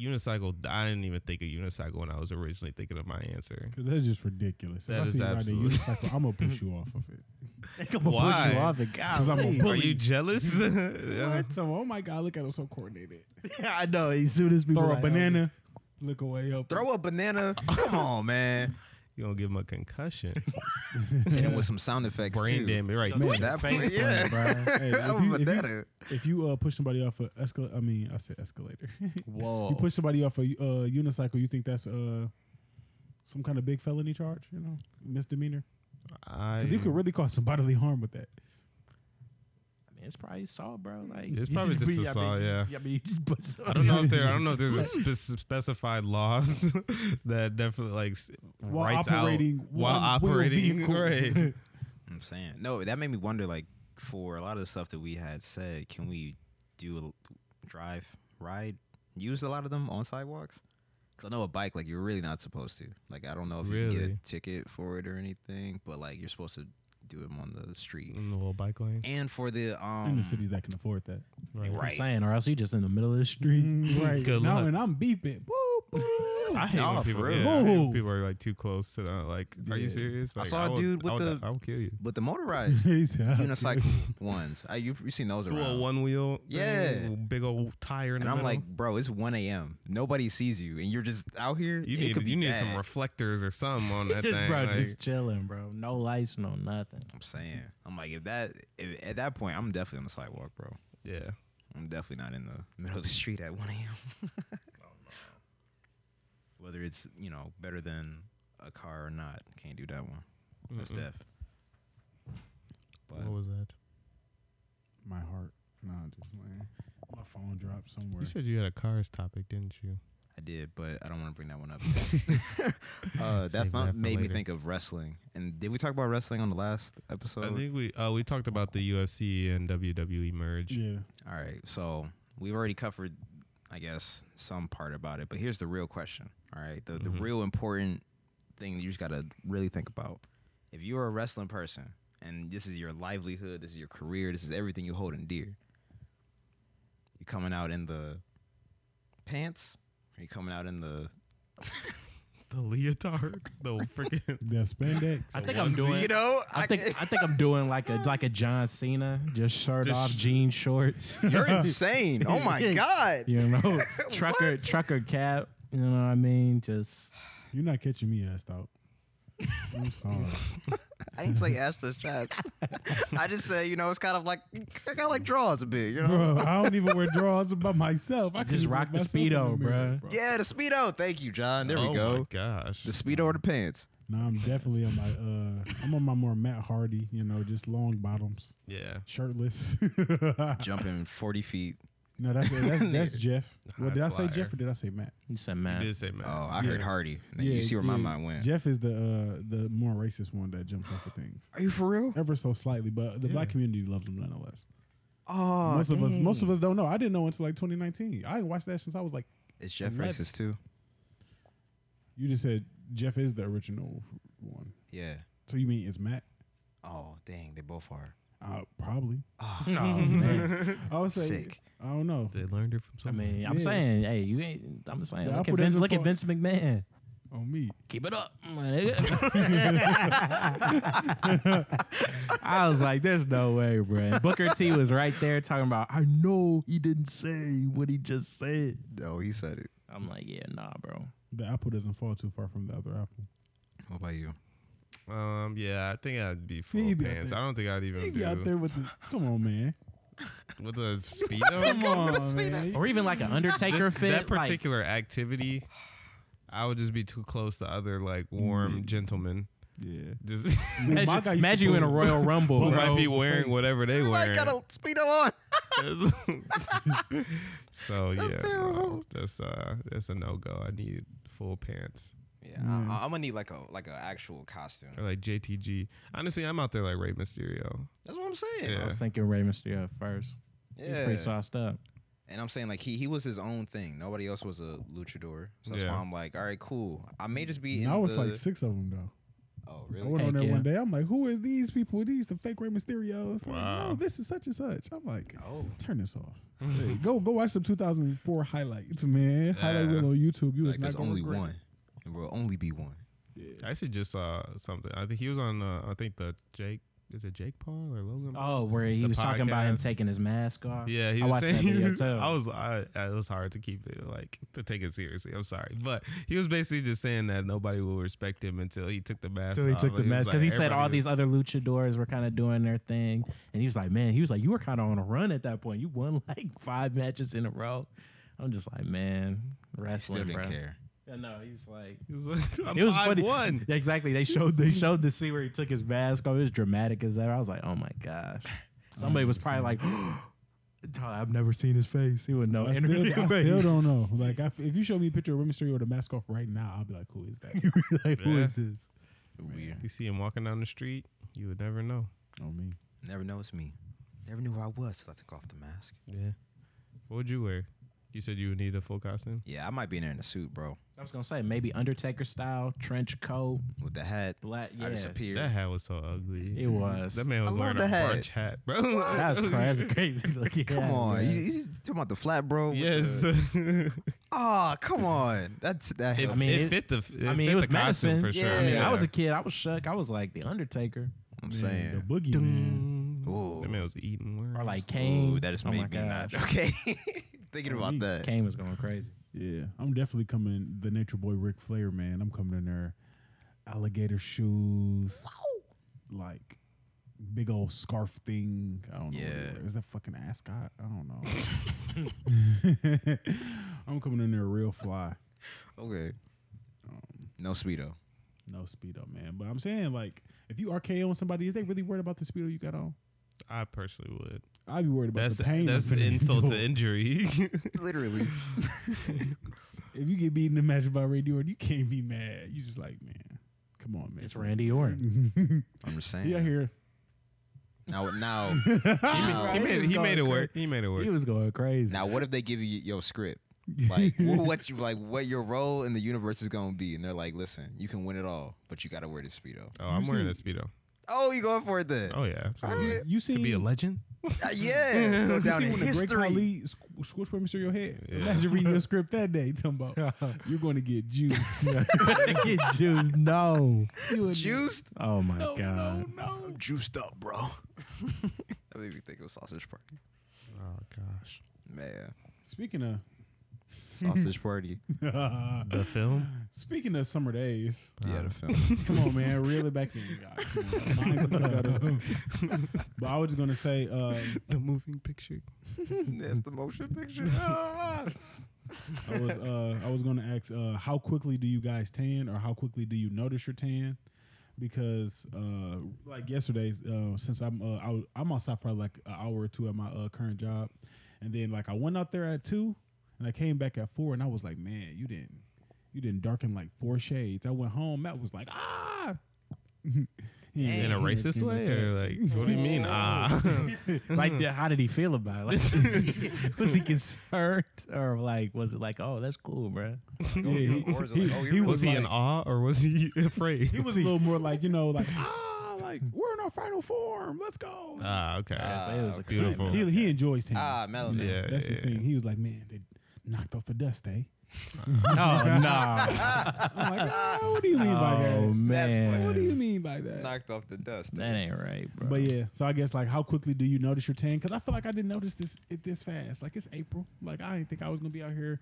S4: unicycle i didn't even think of unicycle when i was originally thinking of my answer
S1: Because that's just ridiculous.
S4: That
S1: if
S4: is
S1: I see you
S4: absolute-
S1: riding a unicycle, I'm gonna push you off of it.
S3: I'm gonna push
S4: Why?
S3: you off and God.
S1: Because I'm a
S4: Are
S1: bully.
S4: you jealous? Yeah.
S1: What? So, oh my God, look at him so coordinated.
S3: I know. As soon as people
S1: Throw a banana. Look away. Up.
S2: Throw a banana. Come on, man.
S4: You gonna give him a concussion,
S2: And with some sound effects too.
S4: brain damage, right?
S3: Man,
S2: At that
S3: Face
S2: point, yeah.
S1: Hey, if
S2: I'm
S1: you-
S2: a
S1: if you-
S2: banana.
S1: If you uh, push somebody off a escalator, I mean, I said escalator.
S3: Whoa.
S1: you push somebody off a uh, unicycle, you think that's uh, some kind of big felony charge, you know, misdemeanor?
S4: I,
S1: 'Cause you could really cause some bodily harm with that.
S3: I mean, it's probably salt, bro. Like
S4: It's
S3: you
S4: probably
S3: just
S4: just
S3: be-
S4: the
S3: I mean,
S4: salt,
S3: you just-
S4: yeah.
S3: I mean, you Mm. just put some.
S4: I don't know if there. I don't know if there's a spe- specified laws that definitely like s-
S1: While
S4: writes
S1: operating
S4: out while
S1: one wheel
S4: operating.
S1: vehicle.
S4: Right.
S2: I'm saying. No, that made me wonder. Like for a lot of the stuff that we had said, can we do a drive, ride, use a lot of them on sidewalks? Because I know a bike, like you're really not supposed to. Like I don't know if you can get
S4: Really?
S2: a ticket for it or anything, but like you're supposed to do them on the street.
S4: In the little bike lane.
S2: And for the um,
S1: in the cities that can afford that.
S4: Right.
S3: I'm
S2: Right.
S3: saying, or else you just in the middle of the street.
S1: right.
S4: Mm, Good
S1: now,
S4: luck.
S1: and I'm beeping. Boop, boop.
S4: I hate
S2: um, Nah,
S4: when
S2: for
S4: people.
S2: real.
S4: yeah, I hate when
S1: Ooh.
S4: people are like too close to the like. Are
S1: Yeah.
S4: you serious?
S2: I
S4: Like,
S2: saw a
S4: will-
S2: dude with
S4: I
S2: the-
S4: will- I will kill you.
S2: but the motorized
S1: He said, "I'll
S2: unicycle ones. I you have seen those
S4: Do a
S2: around.
S4: one wheel.
S2: Yeah.
S4: Big old tire. In
S2: and
S4: the
S2: I'm
S4: middle.
S2: like, bro, it's 1 a.m. Nobody sees you, and you're just out here.
S4: you
S2: it
S4: need
S2: could be
S4: you need some
S2: bad.
S4: reflectors or something on that
S3: just,
S4: thing.
S3: bro,
S4: like-
S3: just chilling, bro. No lights, no nothing.
S2: I'm saying. I'm like, if that if, at that point, I'm definitely on the sidewalk, bro.
S4: yeah.
S2: I'm definitely not in the middle of the street at 1 a.m. Whether it's you know better than a car or not, can't do that one. That's
S4: Mm-mm.
S2: death. But
S4: What was that?
S1: My heart. Nah, I'm just playing. My phone dropped somewhere.
S4: You said you had a cars topic, didn't you?
S2: I did, but I don't want to bring that one up. uh, that
S4: Save
S2: fun
S4: that for
S2: made me
S4: later.
S2: think of wrestling. And did we talk about wrestling on the last episode?
S4: I think we uh, we talked about the UFC and WWE merge.
S1: yeah.
S2: All right. So we've already covered, I guess, some part about it. But here's the real question. All right. The, the
S3: Mm-hmm.
S4: Mhm.
S2: real important thing you just got to really think about. If you're a wrestling person and this is your livelihood, this is your career, this is everything you hold in dear, you coming out in the pants? Are you coming out in the.
S4: The leotard, the freaking.
S1: The spandex.
S3: I think I'm doing.
S2: You know,
S3: I think I think I'm doing like a like a John Cena, just shirt
S4: Just
S3: off,
S4: sh-
S3: jean shorts.
S2: you're insane. Oh my God.
S3: you know, trucker trucker cap. You know what I mean? Just
S1: You're not catching me assed out. I'm sorry.
S2: I ain't say extra straps. I just say, you know, it's kind of like, kind of like draws a bit, you know?
S1: Bro, I don't even wear drawers by myself. I
S3: Just
S1: can't
S3: rock
S1: look
S3: the
S1: myself in
S3: Speedo,
S1: the mirror,
S3: bruh.
S2: Yeah, the speedo. Thank you, John. There
S4: oh
S2: we go.
S4: My gosh.
S2: The speedo or the pants.
S1: No, I'm definitely on my uh I'm on my more Matt Hardy, you know, just long bottoms,
S4: yeah.
S1: shirtless.
S2: Jumping forty feet.
S1: no, that's that's, that's Jeff. Well,
S4: High
S1: did I say
S4: flyer.
S1: Jeff or did I say Matt?
S3: you said
S4: You
S3: man.
S4: did say man.
S2: Oh, I heard Hardy. And then you see where my
S1: yeah.
S2: mind went.
S1: Jeff is the uh the more racist one that jumps off of things.
S2: Are you for real?
S1: Ever so slightly, but the black
S4: Yeah.
S1: community loves him nonetheless.
S2: Oh,
S1: most of us
S2: dang.
S1: most of us don't know. I didn't know until like 2019. I didn't watch that since I was like
S2: Is Jeff
S1: Eleven.
S2: racist too?
S1: you just said Jeff is the original one.
S2: Yeah.
S1: So you mean it's Matt?
S2: Oh, dang, they both are.
S1: Uh, probably.
S2: Oh,
S1: Hmm. I would say.
S2: sick.
S1: I don't know.
S4: They learned it from
S3: I
S4: somewhere.
S3: mean,
S1: Yeah.
S3: I'm saying, hey, you ain't. I'm just saying,
S1: Yeah, I
S3: look, at
S1: put in
S3: Vince,
S1: the
S3: look at
S1: part-
S3: Vince McMahon.
S1: On me.
S3: Keep it up, my nigga. I was like, there's no way, bro. Booker T was right there talking about, I know he didn't say what he just said.
S2: No, Oh, he said it.
S3: I'm like, yeah, nah, bro.
S1: The apple doesn't fall too far from the other apple.
S2: What about you?
S4: um, yeah, I think I'd be full
S1: He'd
S4: of
S1: be out
S4: pants.
S1: there.
S4: I don't think I'd
S1: He
S4: even
S1: be out
S4: do
S1: there with the. Come on, man.
S4: with a speedo.
S1: Come on, man.
S3: Or even like an Undertaker
S4: Just
S3: fit.
S4: that
S3: like-
S4: particular activity, I would just be too close to other like
S2: Mm.
S4: warm gentlemen.
S1: Yeah.
S4: Just
S1: My guy used to
S3: imagine imagine you in a
S1: pull-
S3: Royal Rumble,
S4: who
S3: bro.
S4: might be wearing whatever they wearing.
S2: speedo on.
S4: so
S2: That's
S4: yeah, no,
S2: terrible.
S4: that's uh, that's a no go. I need full pants
S2: Yeah,
S1: Mm.
S2: I, am gonna need like a like an actual costume.
S4: or like JTG. Honestly, I'm out there like Rey Mysterio.
S2: That's what I'm saying.
S4: Yeah.
S3: I was thinking Rey Mysterio at first.
S2: Yeah,
S3: He's pretty sauced up.
S2: and I'm saying like he he was his own thing. Nobody else was a luchador, so that's
S4: Yeah.
S2: why I'm like, all right, cool. I may just be.
S1: And
S2: In
S1: I was
S2: the,
S1: like six of them though.
S2: oh
S1: I
S2: really?
S1: went on
S3: Heck
S1: there
S3: yeah.
S1: one day. I'm like, who is these people? Are these the fake Rey Mysterios? Like,
S4: Wow.
S1: no, this is such and such. I'm like,
S2: Oh,
S1: turn this off. Hey, go go watch some 2004 highlights, man. Highlight
S4: Yeah.
S1: reel on YouTube. You was
S2: like
S1: not
S2: there's
S1: gonna
S2: only
S1: regret it.
S2: one, and we'll only be one.
S1: Yeah.
S4: I actually just saw something. I think he was on. Uh, I think the Jake is it Jake Paul or Logan? Paul?
S3: Oh, where he
S4: The
S3: was talking about him
S4: podcast.
S3: taking his mask off.
S4: Yeah, he
S3: Oh, I
S4: was
S3: watched that
S4: saying-
S3: video too.
S4: I was I, I- it was hard to keep it like to take it seriously. I'm sorry, but he was basically just saying that nobody will respect him until he took the mask.
S3: So he
S4: off.
S3: took the
S4: Like, it was
S3: mask
S4: like
S3: because he said all
S4: everybody-
S3: these other luchadors were kind of doing their thing, and he was like, "Man, he was like, you were kind of on a run at that point. You won like five matches in a row." I'm just like, "Man,
S2: I still
S3: wrestling,
S2: didn't
S3: bro."
S2: care.
S3: Yeah, no, he was like,
S4: He was like, I'm
S3: it was funny.
S4: One.
S3: Exactly. They showed they showed the scene where he took his mask off. It was dramatic as ever. I was like, "Oh my gosh!" Somebody was probably like, "Tyler, "I've never seen his face. He wouldn't know."
S1: I
S3: internet
S1: still, I
S3: face."
S1: still don't know. Like, I, if you show me a picture of Rey Mysterio with a mask off right now, I'll be like, who is that? like, who
S4: Yeah.
S1: is this?
S2: Weird.
S4: You see him walking down the street, you would never know.
S1: Oh me.
S2: Never know it's me. Never knew who I was till I took off the mask.
S4: Yeah. What would you wear? You said you would need a full costume.
S2: Yeah, I might be in there in a suit, bro,
S3: I was gonna say maybe Undertaker style trench coat,
S2: with the hat.
S3: black. Yeah,
S2: I disappeared.
S4: That hat was so ugly.
S3: it was.
S4: That man was
S2: I love
S4: wearing
S2: the
S4: a
S2: hat.
S4: barge hat, bro.
S3: That's crazy, crazy looking.
S2: Come
S3: hat,
S2: on,
S3: man.
S2: you, you talking about the flat, bro? with
S4: Yes.
S2: the- Oh, come on. That's that.
S4: it,
S2: helps.
S4: I mean,
S3: mean,
S4: it,
S3: it-
S4: fit the. It
S3: I mean,
S4: fit
S3: it was
S4: the
S3: medicine.
S4: costume for sure.
S2: Yeah.
S3: I mean, I was a
S4: Yeah.
S3: kid. I was shook. I was like the Undertaker
S2: I'm
S1: Man,
S2: saying.
S1: the boogie man.
S2: Ooh.
S4: That man was eating worms.
S3: or like Kane.
S2: Ooh, that just
S3: Oh my
S2: made me not
S3: gosh.
S2: okay. Thinking about that.
S3: Kane was going crazy.
S1: Yeah, I'm definitely coming. The Nature Boy Ric Flair, man. I'm coming in there, alligator shoes, like big old scarf thing. I don't know. what it
S2: Yeah.
S1: was. is that fucking ascot? I don't know. I'm coming in there real fly. Um,
S2: Okay. No speedo.
S1: No speedo, man. But I'm saying like, if you RKO on somebody, is they really worried about the speedo you got on?
S4: I personally would.
S1: I'd be worried about
S4: That's
S1: the pain. I'm
S4: that's
S1: finna
S4: insult
S1: go.
S4: to injury.
S2: Literally.
S1: If you get beaten in a match by Randy Orton, you can't be mad. You just like, man, come on, man.
S3: It's Randy Orton.
S2: I'm just saying.
S1: yeah, here.
S2: Now, now,
S1: Nah.
S4: he
S2: He
S4: made
S1: was
S4: he
S1: going
S4: made it
S1: cra-
S4: work. He made it work.
S3: He was going crazy.
S2: now, what if they give you your script? Like wh- what you like? What your role in the universe is gonna be? And they're like, listen, you can win it all, but you gotta wear this speedo.
S4: Oh, I'm wearing a
S1: You
S4: speedo.
S2: Oh, you going for it then?
S4: Oh yeah, absolutely.
S1: You seen
S4: To be a legend.
S2: Uh, yeah, go
S1: you
S2: down
S1: seen when
S2: in
S1: the Great
S2: history.
S1: Khali squ- squished Rey Mysterio head?
S4: Yeah.
S1: Imagine reading your script that day, talking about you're going to get juiced.
S3: Get juiced. No.
S2: Juiced.
S3: Oh my
S1: No,
S3: god.
S1: no, no.
S2: I'm juiced up, bro. that made me think of sausage party.
S4: Oh gosh,
S2: Man,
S1: Speaking of
S2: sausage party.
S4: the film.
S1: speaking of summer days,
S2: yeah, the film.
S1: come on, man, reel it back in, guys. Come on, mind better. but I was just gonna say, uh,
S4: the moving picture.
S2: That's the motion picture. Oh,
S1: I was uh, I was going to ask uh, how quickly do you guys tan, or how quickly do you notice your tan? Because uh, like yesterday, uh, since I'm uh, I, was- I'm outside for like an hour or two at my uh, current job, and then like I went out there at two, and I came back at four, and I was like, man, you didn't you didn't darken like four shades. I went home, Matt was like, ah.
S4: In a racist way, or like, what do you mean? Ah,
S3: Like, the- how did he feel about it? Like, was he concerned, or like, was it like, oh, that's cool, bro?
S1: Yeah, he-
S2: Or is it like,
S1: he-
S2: oh,
S1: he
S2: you're
S1: was
S4: was he in
S1: like-
S4: awe or was he afraid?
S1: he was a little more like you know like ah sound like we're in our final form. Let's go.
S4: Ah, okay.
S2: Ah,
S3: so it was
S2: okay.
S3: exciting.
S4: Beautiful.
S1: he, he enjoys Tank.
S2: Ah, Melanie.
S4: Yeah.
S1: That's his thing. He was like, man, they knocked off the dust, eh?
S3: Oh no!
S1: I'm like, ah, what do you mean by
S3: oh
S1: that?
S3: man,
S1: What do you mean by that?
S2: Knocked off the dust.
S3: that ain't right, bro.
S1: But yeah, so I guess like how quickly do you notice your tan? Because I feel like I didn't notice this it this fast. Like it's April. Like I didn't think I was gonna be out here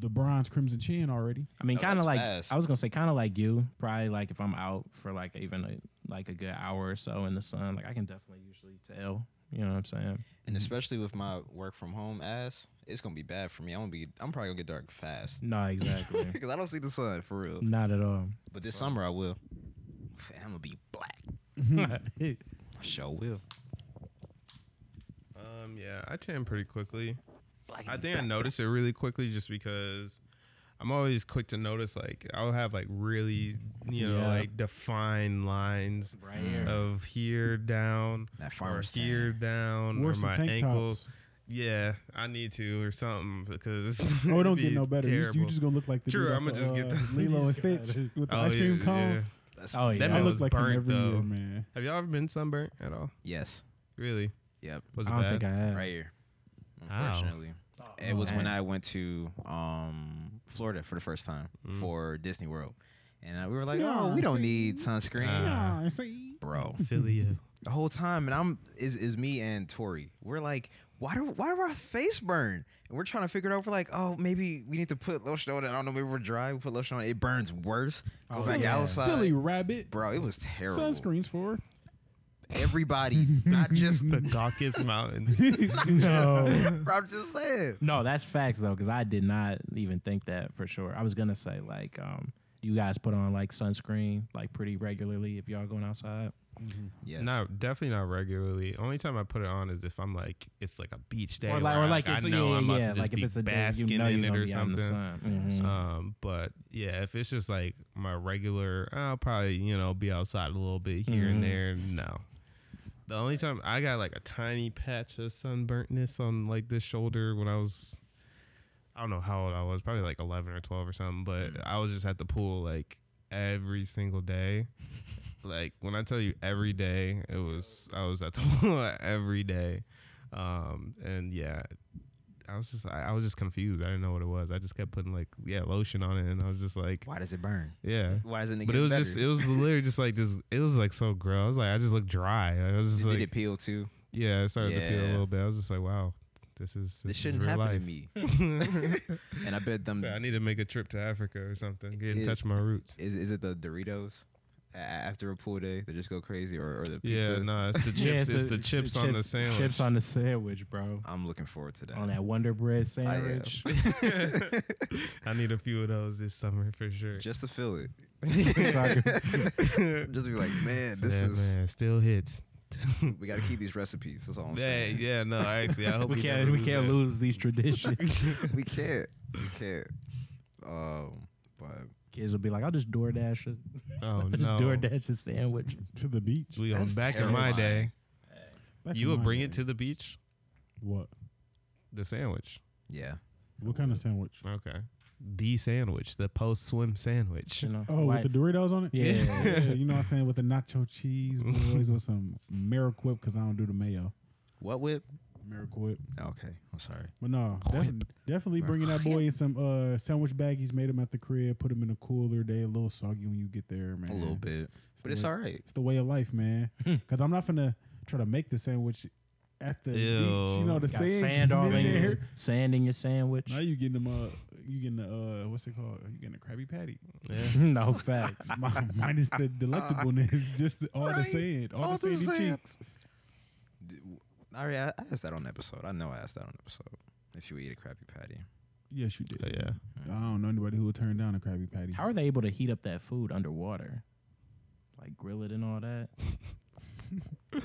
S1: the bronze crimson chin already.
S3: I mean,
S2: Oh,
S3: kind of
S2: that's
S3: like
S2: fast.
S3: I was gonna say, kind of like you. Probably like if I'm out for like even a, like a good hour or so in the sun, like I can definitely usually tell. You know what I'm saying?
S2: And especially with my work from home ass, it's gonna be bad for me. I'm gonna be. I'm probably gonna get dark fast.
S3: No, exactly.
S2: Because I don't see the sun for real.
S3: Not at all.
S2: But this summer I will. I'm gonna be black. I sure will.
S4: Um, yeah, I tan pretty quickly.
S2: Black
S4: I think I notice it really quickly just because I'm always quick to notice. Like I'll have like really, you know,
S3: Yeah.
S4: like defined lines
S3: Right here.
S4: of here down,
S2: That
S4: or
S2: farmer's
S4: here
S2: tan.
S4: down,
S1: Wear
S4: or
S1: some
S4: my
S1: tank
S4: ankles.
S1: tops.
S4: Yeah, I need to or something because it's
S1: Oh, it
S4: gonna
S1: don't get
S4: be
S1: no better. You,
S4: Terrible.
S1: you just gonna look like the
S4: True,
S1: dude
S4: I'ma
S1: off
S4: just
S1: of,
S4: get
S1: uh,
S4: the-
S1: Lilo and
S3: Got
S1: Stitch
S3: it.
S1: with the
S4: Oh,
S1: ice cream
S4: yeah,
S1: cone.
S4: yeah.
S2: That's,
S3: Oh yeah.
S4: That
S1: I
S4: man
S1: look
S4: was
S1: like him
S4: burnt,
S1: every year,
S4: though.
S1: man.
S4: Have y'all ever been sunburnt at all?
S2: Yes.
S4: Really?
S2: Yep.
S4: Was it
S3: I don't
S4: bad?
S3: think I have.
S2: Right here.
S4: Ow.
S2: Unfortunately, Oh. it was when
S3: dang.
S2: I went to um, Florida for the first time
S4: Mm.
S2: for Disney World, and uh, we were like,
S1: Yeah,
S2: "Oh, we don't
S1: see?
S2: need sunscreen,
S4: Uh.
S1: Yeah, see?
S2: bro."
S4: Silly uh, you.
S2: The whole time, and I'm is is me and Tori. We're like, "Why do why do our face burn?" And we're trying to figure it out. We're like, "Oh, maybe we need to put lotion on." it. I don't know. Maybe we're dry. We put lotion on. It It burns worse. I was like
S1: Silly-
S2: outside,
S1: Silly rabbit.
S2: bro. It was terrible.
S1: Sunscreens for.
S2: Everybody, not just.
S4: the darkest mountains.
S3: No.
S2: bro, I'm just saying.
S3: No, that's facts though, because I did not even think that for sure. I was gonna say like, um, you guys put on like sunscreen like pretty regularly if y'all going outside.
S2: Yes.
S4: No, definitely not regularly. Only time I put it on is if I'm like it's like a beach day,
S3: or like,
S4: where
S3: or like,
S4: I,
S3: it's,
S4: I
S3: yeah,
S4: know
S3: yeah,
S4: I'm about
S3: yeah,
S4: to just
S3: like
S4: be
S3: if it's a day,
S4: basking
S3: you know
S4: in
S3: you're gonna
S4: it or
S3: be out in the
S4: something.
S3: sun. Mhm.
S4: Um, but yeah, if it's just like my regular, I'll probably you know be outside a little bit here
S3: Mhm.
S4: and there. No, the only time I got like a tiny patch of sunburntness on like this shoulder when I was, I don't know how old I was, probably like eleven or twelve or something. But I was just at the pool like every single day. Like when I tell you every day, it was I was at the pool every day, um, and yeah, I was just I, I was just confused. I didn't know what it was. I just kept putting like yeah lotion on it, and I was just like
S2: Why does it burn?
S4: yeah.
S2: Why doesn't it?
S4: But
S2: get
S4: it was
S2: better?
S4: just it was literally just like this. It was like so gross. I was like I just looked dry. I was just
S2: Did
S4: like
S2: it peel too?
S4: yeah. I started to feel a
S2: Yeah.
S4: little bit. I was just like wow, this is this,
S2: This
S4: is
S2: shouldn't
S4: real
S2: happen
S4: life.
S2: to me. and I bet them.
S4: So I need to make a trip to Africa or something. Get in
S2: It-
S4: touch with my roots.
S2: Is is it the Doritos? A- After a pool day, they just go crazy, or, or the pizza.
S4: Yeah, no, it's the chips.
S3: Yeah,
S4: it's,
S3: a-
S4: the chips on the sandwich.
S3: Chips on the sandwich, bro.
S2: I'm looking forward to that.
S3: On that Wonder Bread
S2: I am.
S3: sandwich.
S4: uh, I need a few of those this summer for sure.
S2: just to feel it.
S4: Sorry.
S2: just be like, man, this
S4: Yeah,
S2: is.
S4: man, still hits.
S2: We got to keep these recipes. That's all I'm
S4: Yeah,
S2: saying.
S4: yeah, no, actually, I hope
S3: we can't
S4: never
S3: we
S4: lose
S3: can't
S4: that.
S3: lose these traditions.
S2: We can't. We can't. Um, but
S3: Kids will be like, I'll just DoorDash it.
S4: Oh
S3: I'll just
S4: no,
S3: DoorDash a sandwich.
S1: To the beach.
S4: We on
S2: That's
S4: back in my day.
S2: terrifying.
S1: Back
S4: You
S1: in
S4: would
S1: my
S4: bring
S1: day.
S4: it to the beach,
S1: what?
S4: the sandwich.
S2: yeah,
S1: What kind of sandwich?
S4: Okay, the sandwich, the post swim sandwich.
S3: You know,
S1: Oh,
S3: white-
S1: with the Doritos on it?
S3: Yeah.
S1: yeah. You know what I'm saying? With the nacho cheese, boys, with some Miraquip, because I don't do the mayo.
S2: what whip?
S1: Miraquip.
S2: Okay, I'm sorry.
S1: But no, def-
S4: Whip.
S1: definitely bringing that boy in some uh, sandwich baggies, made them at the crib, put them in a cooler. They a little soggy when you get there, man.
S2: A little bit, but
S1: the
S2: it's
S1: way-
S2: all right.
S1: It's the way of life, man. Because I'm not finna try to make the sandwich at the beach. You
S4: Ew.
S1: know, the
S3: got
S1: sand,
S3: sand all
S1: gets
S3: in
S1: there.
S3: your sand in your sandwich.
S1: Now you getting them uh you getting the uh what's it called? You getting a Krabby Patty.
S4: Yeah.
S3: no facts.
S1: Mi- Minus the delectableness, just the, all the
S2: Right.
S1: sand, all,
S2: All
S1: the
S2: the
S1: sandy
S2: sand.
S1: cheeks.
S2: All right, I I asked that on episode. I know I asked that on episode. If you eat a Krabby Patty,
S1: Yes, you
S4: Oh,
S1: did.
S4: yeah.
S1: I don't know anybody who would turn down a Krabby Patty.
S3: How are they able to heat up that food underwater? Like grill it and all that.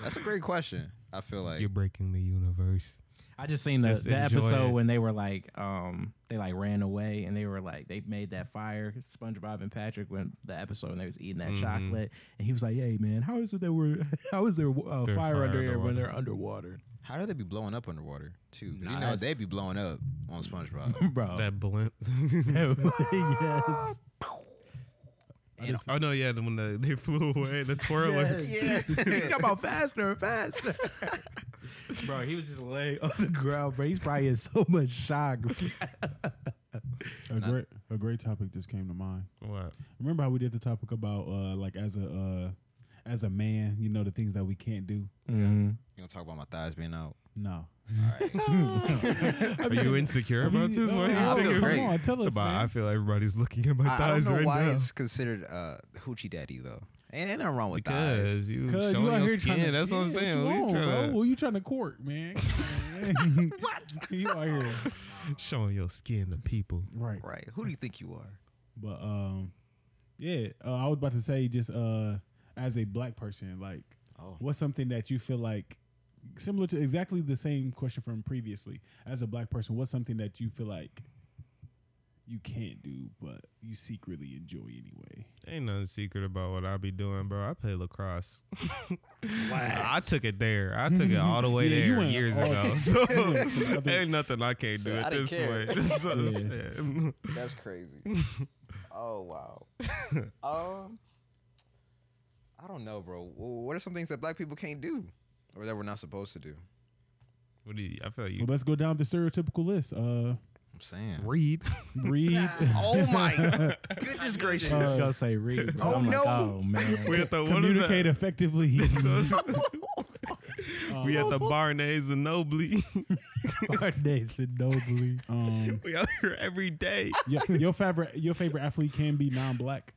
S2: that's a great question. I feel like
S4: You're breaking the universe.
S3: I just seen the,
S4: Just
S3: the
S4: enjoy
S3: episode
S4: it.
S3: when they were like, um, they like ran away and they were like, they made that fire. SpongeBob and Patrick went the episode when they was eating that
S4: Mhm.
S3: chocolate, and he was like, "Hey man, how is it that we're how is there uh,
S4: There's
S3: fire,
S4: fire
S3: under air when
S4: underwater.
S3: they're underwater,
S2: How do they be blowing up underwater too? 'Cause You know
S3: Nice.
S2: they be blowing up on Oh. SpongeBob.
S3: bro?"
S4: That blimp.
S3: yes,
S2: And
S4: Oh no, yeah, the- when the, they flew away, the twirlers.
S2: yeah.
S3: Come on, faster and faster. bro, he was just laying on the ground, bro. He's probably in so much shock. bro.
S1: A great, a great topic just came to mind.
S4: What?
S1: Remember how we did the topic about uh, like as a uh, as a man, you know, the things that we can't do.
S4: Mm-hmm.
S2: You gonna talk about my thighs being out?
S1: No,
S4: Are you insecure about this? Why
S2: I
S4: are you
S2: feel
S4: thinking-
S2: great.
S1: Come on, tell us,
S4: Come on, I
S1: man.
S4: feel everybody's looking at my
S2: I, I
S4: thighs
S2: don't know
S4: right
S2: why
S4: now.
S2: it's considered uh, hoochie daddy though. Ain't, ain't nothing wrong with thighs.
S4: because you
S1: Cause
S4: showing
S1: you out
S4: your
S1: here
S4: skin.
S1: trying to.
S4: That's what I'm
S1: Yeah,
S4: saying.
S1: What you,
S4: you
S1: on,
S4: tryna-
S1: bro? Who you trying to court, man? what? You out here,
S4: showing your skin to people.
S1: right?
S2: Right? Who do you think you are?
S1: But um, yeah, uh, I was about to say just uh, as a black person, like,
S2: Oh.
S1: what's something that you feel like similar to exactly the same question from previously? As a black person, what's something that you feel like you can't do but you secretly enjoy anyway?
S4: Ain't nothing secret about what I be doing, bro. I play lacrosse. I took it there. I took it all the way
S1: Yeah, you
S4: there
S1: went
S4: years
S1: all-
S4: ago. So
S1: Yeah.
S4: ain't nothing I can't
S2: So
S4: do
S2: I
S4: at
S2: didn't
S4: this
S2: care.
S4: point. That's what I'm
S1: Yeah.
S4: saying.
S2: That's crazy. oh wow. um, I don't know, bro. Wh- What are some things that black people can't do, or that we're not supposed to do?
S4: What do you? I feel
S1: Well,
S4: like you
S1: let's go down the stereotypical list. Uh,
S2: I'm saying.
S4: read.
S1: read.
S2: Oh my goodness gracious!
S1: Uh,
S3: Just gonna say read. bro.
S2: Oh,
S3: I'm like,
S2: no.
S3: oh man.
S4: we at the what is
S1: communicate
S4: that?
S1: effectively.
S4: So it's-
S1: Um,
S4: we at the Barnes and Nobly.
S3: Barnes and Nobly.
S1: um,
S4: we out here every day.
S1: yeah, your favorite your favorite athlete can be non-black.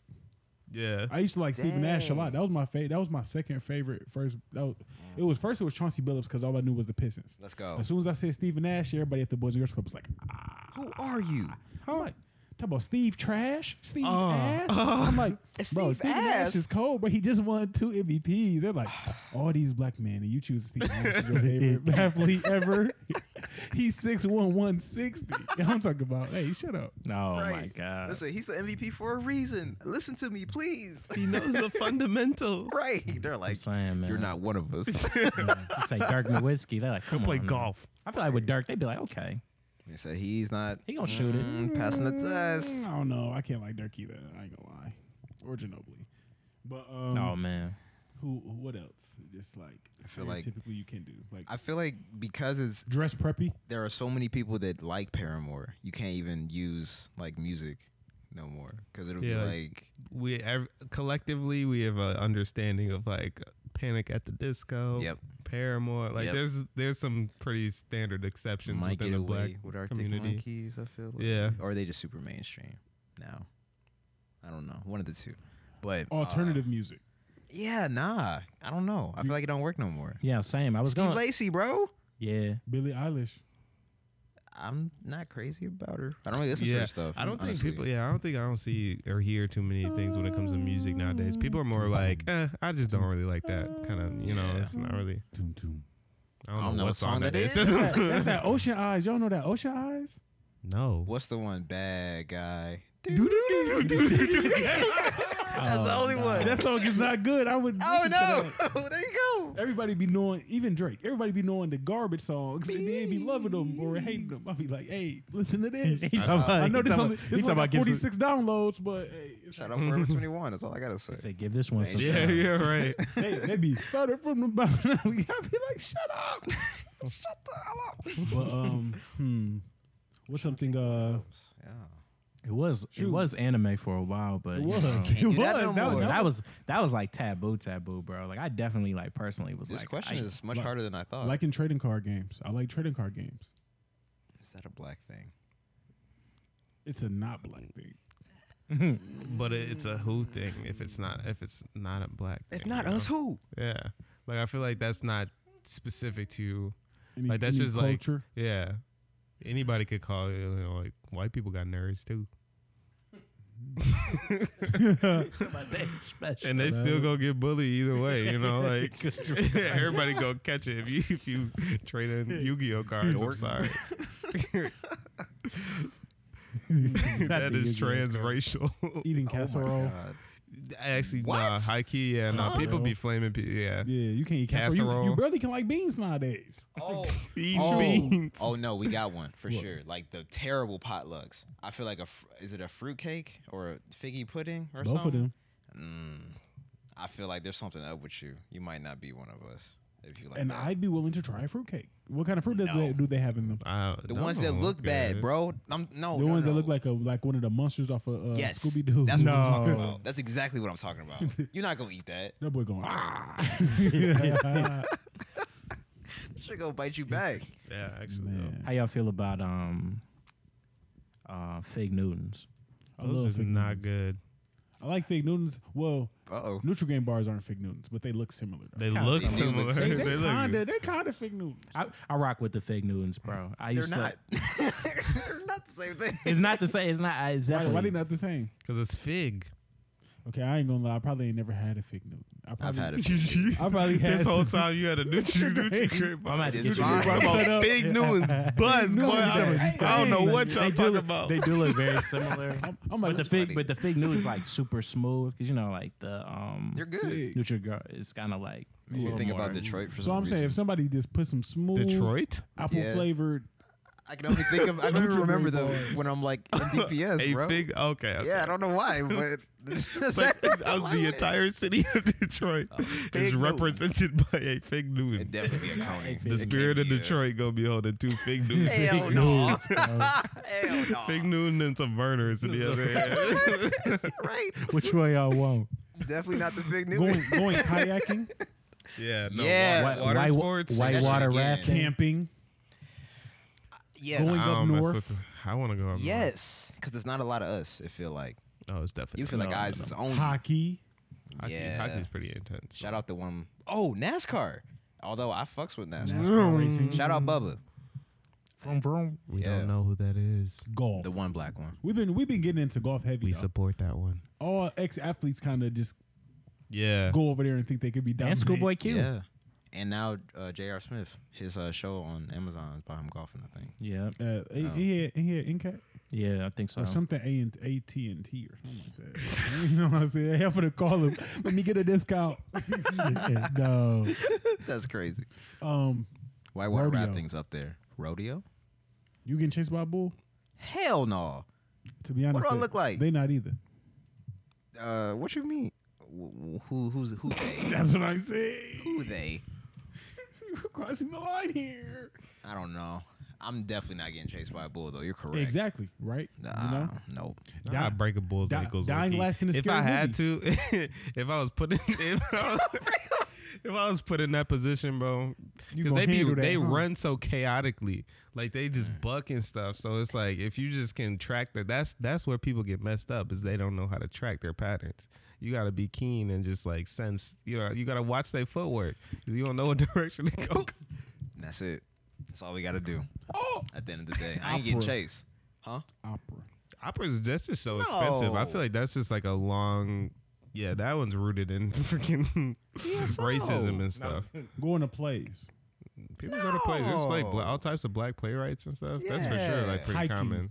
S4: Yeah.
S1: I used to like Stephen Nash a lot.
S2: Dang.
S1: That was my favorite. That was my second favorite. First, that was, it was first. It was Chauncey Billups because all I knew was the Pistons.
S2: Let's go.
S1: As soon as I said Stephen Nash, everybody at the Boys and Girls Club was like,
S2: Who are you?
S1: "I'm like, talk about Steve Trash, Steve
S4: Oh.
S1: Ass."
S4: Oh.
S1: I'm like,
S2: It's
S1: "Bro,
S2: Uh. Steve
S1: Steve Nash
S2: Ass."
S1: is cold, but he just won two MVPs." They're like, "All these black men, and you choose Steve Nash as your favorite athlete ever." He's six one one sixty. I'm talking about. Hey, shut up.
S3: Oh my
S2: Right.
S3: god.
S2: Listen, he's the MVP for a reason. Listen to me, please.
S4: he knows the fundamentals.
S2: right? They're like,
S3: saying, man.
S2: you're not one of us.
S3: It's like Dirk Nowitzki. They're like, come
S4: Play
S3: on, man."
S4: golf.
S3: I feel like with Dirk, they'd be like, okay,
S2: They said he's not.
S3: He gonna shoot it.
S2: mm, Passing the
S1: Mm,
S2: test.
S1: I don't know. I can't like Dirk either. I ain't gonna lie, or Ginobili. But um,
S3: oh man,
S1: who? What else? Just like I
S2: feel like-
S1: typically you can do like
S2: I feel like because it's
S1: dress preppy.
S2: there are so many people that like Paramore, you can't even use like music no more because it'll be
S4: Yeah, like-
S2: like
S4: we ev- collectively we have a understanding of like Panic at the Disco,
S2: Yep.
S4: Paramore. Like
S2: Yep.
S4: there's there's some pretty standard exceptions
S2: might
S4: within
S2: get
S4: the
S2: away
S4: black
S2: with Arctic
S4: community.
S2: Monkeys. I feel like.
S4: Yeah.
S2: or are they just super mainstream now? I don't know. One of the two. But uh,
S1: Alternative music.
S2: yeah, nah. I don't know. I feel like it don't work no more.
S3: yeah, same. I was
S2: Steve
S3: going,
S2: Lacy, bro.
S3: yeah,
S1: Billie Eilish.
S2: I'm not crazy about her. I don't really listen to
S4: Yeah,
S2: her stuff.
S4: I don't
S2: honestly.
S4: think people. Yeah, I don't think I don't see or hear too many things when it comes to music nowadays. People are more
S2: Mm-hmm.
S4: like, eh, I just don't really like that kind of. You know,
S2: Yeah.
S4: it's not really.
S1: Doom, doom.
S4: I don't, know, what song that is.
S1: That's that Ocean Eyes. Y'all know that Ocean Eyes?
S4: no.
S2: What's the one bad guy?
S3: Oh,
S2: That's
S4: Oh,
S2: the only
S3: nah.
S2: one.
S1: That song is not good. I would.
S2: oh
S1: listen to that.
S2: no! there you go.
S1: Everybody be knowing, even Drake. Everybody be knowing the garbage songs, and they be loving them or hating them. I'll be like, "Hey, listen to this."
S3: He's talking about,
S1: I know
S3: he's
S1: this
S3: talking
S1: only
S3: about-
S1: it's
S3: he's
S1: only
S3: talking
S1: got
S3: about
S1: forty
S3: gives this-
S1: six downloads, but hey, it's
S2: Shout out Forever 21. That's all I gotta say.
S3: say, give this one some
S4: Yeah,
S3: shine.
S4: yeah, right.
S1: they, they be started from the bottom. I be like, shut up.
S2: Shut the hell up.
S1: But um, hmm, what's something? Uh,
S2: yeah.
S3: It was
S1: Shoot.
S3: it was anime for a while, but
S1: it
S3: you
S1: was.
S3: know,
S1: It
S2: do
S1: was.
S2: that no
S1: that,
S2: more.
S1: that
S3: um, that was that was like taboo, taboo, bro. Like I definitely like personally was
S2: This
S3: like,
S2: question
S3: I-
S2: is much
S1: like-
S2: harder than I thought.
S1: like in trading card games. I like trading card games.
S2: is that a black thing?
S1: It's a not black thing.
S4: But it, it's a who thing. If it's not, if it's not a black.
S2: If
S4: thing,
S2: not
S4: you know?
S2: us, who?
S4: Yeah. Like I feel like that's not specific to
S1: Any,
S4: Like, that's
S1: any
S4: just like-
S1: culture.
S4: yeah. Anybody could call it you know, like white people got nerds too.
S3: That's special.
S4: And they still go get bullied either way, you know, like everybody go catch it if you if you trade in Yu-Gi-Oh cards. I'm sorry. that is transracial.
S1: Eating
S2: Oh my
S1: casserole.
S2: God.
S4: Actually, nah,
S2: What?
S4: high key, yeah, nah,
S1: Huh?
S4: people be flaming people, yeah.
S1: Yeah, you can't eat casserole. You- You,
S4: Casserole.
S1: barely can like beans nowadays.
S2: Oh.
S4: These
S2: Oh.
S4: beans.
S2: oh no, we got one for sure. Like the terrible potlucks. I feel like a fr- is it a fruitcake or a figgy pudding or
S1: Both
S2: something?
S1: of them.
S2: mm, I feel like there's something up with you. You might not be one of us if you like
S1: and
S2: that.
S1: I'd be willing to try a fruitcake. What kind of fruit does they,
S2: No.
S1: do they have in them?
S4: I-
S2: the ones that
S4: don't
S2: look bad,
S4: good.
S2: bro. I'm, no,
S1: the
S2: Oh, no,
S1: ones
S2: no.
S1: that look like a like one of the monsters off of uh,
S2: yes,
S1: Scooby Doo.
S2: That's what I'm talking
S3: No.
S2: about. That's exactly what I'm talking about. You're not gonna eat that.
S1: That boy going ah.
S2: That shit gonna bite you back.
S4: Yeah, actually. no.
S1: Man,
S3: How y'all feel about um uh fig Newtons?
S1: I love
S4: Those are
S1: fig
S4: not
S1: Newtons.
S4: good.
S1: I like fig Newtons. Well,
S2: Uh oh.
S1: Nutrigrain bars aren't fig Newtons, but they look similar. though.
S4: They
S3: Kinda
S4: look
S2: similar.
S4: similar.
S1: they,
S2: They-
S4: They look
S1: kind of
S4: good.
S1: they kind of fig Newtons.
S3: I, I rock with the fig Newtons, bro. I
S2: They're
S3: used to
S2: not. They're not the same thing.
S3: It's not the same. It's not. I- It's
S1: Why,
S3: definitely.
S1: why they not the same?
S4: Cause it's fig.
S1: Okay, I ain't gonna lie. I probably ain't never had a fig Newton. I
S2: I've
S1: probably,
S2: had it.
S1: I probably had
S4: this whole
S1: some-
S4: time you had a Nutri Nutri Grape.
S3: I'm at
S2: It
S3: the
S2: is
S3: Nutri-Grain
S2: fine.
S3: bar.
S1: Cut up.
S4: Big Newton's buzz.
S1: Newtons
S4: boy. I,
S1: are
S4: Oh, I don't know
S1: crazy.
S4: what y'all
S3: uh, They do
S4: talking
S3: look-
S4: about.
S3: They do look very similar.
S1: I'm
S3: but the
S1: like,
S3: fig,
S2: funny.
S3: but the fig Newtons like super smooth because you know, like the um,
S2: They're good.
S1: fig.
S3: Nutri-Grain is kind of like.
S2: Makes
S3: a
S2: me
S3: little
S2: think about
S3: more-
S2: Detroit for
S1: so
S2: some
S1: I'm
S2: reason.
S1: saying if somebody just put some smooth
S4: Detroit?
S1: apple
S2: Yeah.
S1: flavored
S2: I can only think of. I don't even
S1: Nutri-Grain
S2: remember the
S1: bars.
S2: when I'm like in DPS,
S4: a
S2: bro.
S4: fig. Okay. okay.
S2: Yeah, I don't know why, but
S4: But of the entire city of Detroit
S2: A
S4: is
S2: fig Newton.
S4: represented by a fig Newton.
S2: It'd definitely be a county.
S4: The
S3: It
S4: spirit of Detroit gonna be holding two fig Newtons.
S2: Hell
S4: Fig
S2: no.
S4: Newtons.
S2: Hell no.
S4: Fig Newton and some burners in the other hand.
S2: right.
S1: Which way y'all want?
S2: Definitely not the fig new.
S1: going, going kayaking,
S4: Yeah, no,
S2: Yeah.
S4: wa-
S2: Why-
S4: water
S3: why-
S4: sports.
S3: why
S4: and
S2: That
S4: shit.
S2: shit
S3: water
S2: again.
S3: rafting?
S1: camping.
S2: Yes.
S1: Going
S4: I
S1: up
S4: don't mess
S1: north.
S4: with the- I want to go up north.
S2: Yes, because it's not a lot of us. It feel like
S4: Oh, it's definitely.
S2: you feel like
S3: No,
S2: eyes
S3: no.
S2: is on. you.
S1: hockey.
S4: Hockey,
S2: Yeah.
S4: hockey's pretty intense.
S2: Shout out the one oh NASCAR. Although I fucks with NASCAR.
S1: NASCAR racing.
S2: Shout out Bubba,
S3: Vroom, vroom.
S4: Mm. We
S2: Yeah.
S4: don't know who that is.
S1: golf.
S2: the one black one.
S1: We've been we've been getting into golf heavy.
S4: We
S1: though.
S4: support that one.
S1: All ex athletes kind of just
S4: Yeah.
S1: go over there and think they could be down.
S3: and Schoolboy Q. Yeah.
S2: Yeah. And now uh, J.R. Smith, his uh, show on Amazon is by him golfing, I think.
S3: yeah,
S1: Uh, he,
S2: Oh.
S1: he had he had NCAT
S3: I think so.
S1: or something A and A T and T or something like that. you know what I'm saying? I'm gonna call him. Let me get a discount. no,
S2: That's crazy.
S1: um,
S2: Whitewater
S1: Rodeo.
S2: rafting's up there. Rodeo?
S1: you getting chased by a bull?
S2: Hell no.
S1: To be honest,
S2: do I
S1: they-
S2: look like?
S1: They not either.
S2: Uh, what you mean? Wh- wh- Who who's who they?
S1: That's what I'm saying.
S2: who they?
S1: We're crossing the line here.
S2: I don't know. I'm definitely not getting chased by a bull though. You're correct.
S1: Exactly right.
S2: Nah,
S1: You know,
S2: nope.
S4: Nah,
S1: Di-
S4: I'd break a bull's
S1: di-
S4: ankles.
S1: dying
S4: low-key.
S1: last in a
S4: If
S1: scary
S4: I had to, if I was put in, if I was, if I was put in that position, bro,
S1: You
S4: because
S1: gonna
S4: they be
S1: handle that,
S4: they
S1: huh?
S4: run so chaotically, like they just buck and stuff. So it's like if you just can track that, that's that's where people get messed up is they don't know how to track their patterns. You gotta be keen and just like sense. You know, you gotta watch their footwork. You don't know what direction they go.
S2: And That's it. That's all we gotta do.
S1: Oh,
S2: At the end of the day, I ain't getting
S1: Opera.
S2: chased, huh?
S1: opera.
S4: Opera's that's just so expensive. I feel
S2: No.
S4: like that's just like a long. Yeah, that one's rooted in freaking racism
S2: no.
S4: and stuff.
S1: Going to plays.
S4: People go to play. There's like bla-
S2: No.
S4: all types of black playwrights and stuff. That's for sure. Like
S2: Yeah.
S4: pretty
S1: Hiking.
S4: common.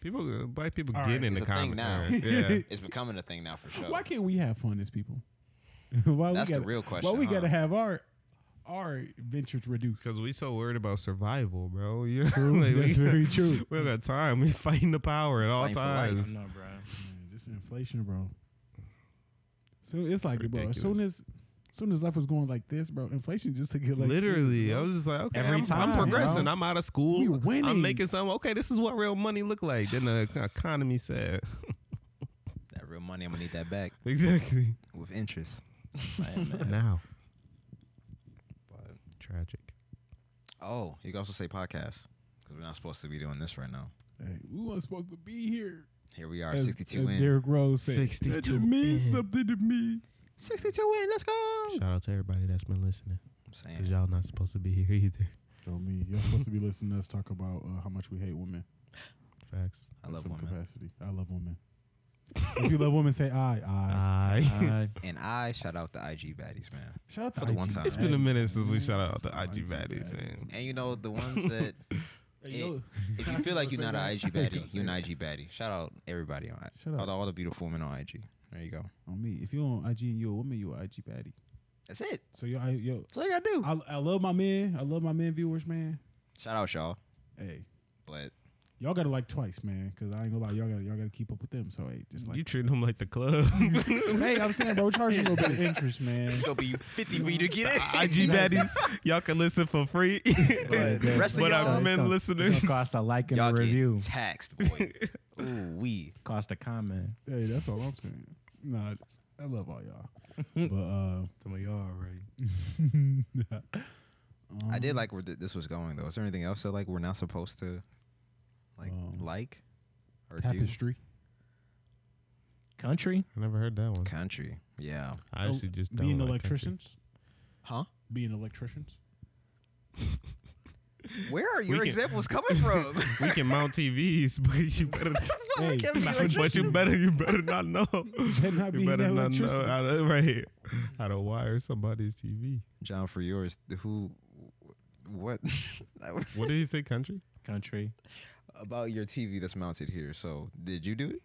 S4: People, uh, black people
S1: All
S4: get
S1: right.
S4: in
S2: It's
S4: the
S2: a thing
S4: common.
S2: now.
S4: Yeah.
S2: It's becoming a thing now for sure.
S1: Why can't we have fun as people? why
S2: That's
S1: we gotta,
S2: the real question.
S1: Why we
S2: huh?
S1: gotta have our our ventures reduced?
S4: Because we so worried about survival, bro. Yeah.
S1: True,
S4: like,
S1: that's
S4: we,
S1: very true.
S4: We don't got time. We fighting the power at all
S2: Fighting for life.
S4: times.
S3: no, bro.
S1: Man, this inflation, bro. So it's like, bro. As
S4: Ridiculous.
S1: soon as, as soon as life was going like this, bro, inflation just took it like
S4: Literally, I was just like, okay,
S3: Every
S4: I'm,
S3: time,
S4: I'm progressing.
S1: bro.
S4: I'm out of
S1: We
S4: school.
S1: winning.
S4: I'm making something. Okay, this is what real money look like. Then the ec- economy said,
S2: that real money? I'm gonna need that back
S4: exactly.
S2: with interest.
S3: Hey, man.
S4: Now,
S2: But
S4: tragic.
S2: oh, you can also say podcast because we're not supposed to be doing this right now.
S1: Hey, we weren't supposed to be here.
S2: Here we are,
S1: As-
S2: 62
S1: as
S2: in.
S1: Derrick Rose said,
S4: 62
S1: "That means
S4: in."
S1: something to me.
S2: 62 in. Let's go.
S4: Shout out to everybody that's been listening.
S2: I'm
S4: Cause
S2: saying.
S4: y'all not supposed to be here either.
S1: Yo, me. You're supposed to be listening to us talk about uh, how much we hate women.
S4: Facts.
S2: I
S1: in
S2: love
S1: some
S2: women.
S1: capacity. I love women. if you love women, say I. I.
S4: Aye.
S3: Uh,
S2: And I shout out the IG baddies, man.
S1: Shout out to
S2: For the one
S1: IG.
S2: time.
S4: It's been
S1: Hey,
S4: a minute since we
S1: man.
S4: shout out the
S1: IG
S4: IG baddies,
S1: baddies.
S4: man.
S2: And you know the ones that
S1: Hey, yo.
S2: if you feel like you're not an
S1: Don't
S2: IG baddie,
S1: say
S2: you're an
S1: that.
S2: IG baddie. Shout out everybody on
S1: Shout
S2: Shout
S1: out.
S2: all, the, all the beautiful women on IG. There you go.
S1: on me. If you're on IG and you're a woman, you're an IG baddie.
S2: That's it.
S1: So yo, I, yo,
S2: That's all you gotta do.
S1: I, I love my men. I love my men viewers, man.
S2: Shout out y'all.
S1: Hey,
S2: But
S1: Y'all gotta like twice, man, because I ain't gonna lie, y'all gotta y'all gotta keep up with them. So hey, just like
S4: you treating them like the club.
S1: hey, I'm saying, bro, charge a little bit of interest, man.
S2: It's gonna be fifty for you to get it.
S4: IG baddies, y'all can listen for free.
S2: But the rest of
S4: But
S2: y'all,
S4: I'm- men
S3: gonna, It's
S4: listeners.
S3: gonna cost a like and
S2: y'all
S3: a review.
S2: get taxed, boy. Ooh, we.
S3: cost a comment.
S1: Hey, that's all I'm saying. Nah, I love all y'all, but uh,
S3: Some of y'all already.
S2: I did
S1: um,
S2: like where th- this was going though. Is there anything else that like we're not supposed to like
S1: Um,
S2: like or
S1: tapestry.
S3: Country.
S4: I never heard that one.
S2: do? Country, yeah.
S4: I
S1: Oh,
S4: actually just don't
S1: Being
S4: like
S1: electricians.
S2: Huh?
S1: Being electricians.
S2: Where are your
S4: can-
S2: examples coming from?
S4: country. We can mount TVs, but you better,
S1: Hey,
S4: but you better, you better not know.
S1: Better not be
S4: you better
S1: in
S4: not know uh,
S1: electricity.
S4: how to, right how to wire somebody's TV.
S2: John, for yours, th- who, what,
S4: What did he say? Country?
S3: Country.
S2: about your TV that's mounted here? So did you do it?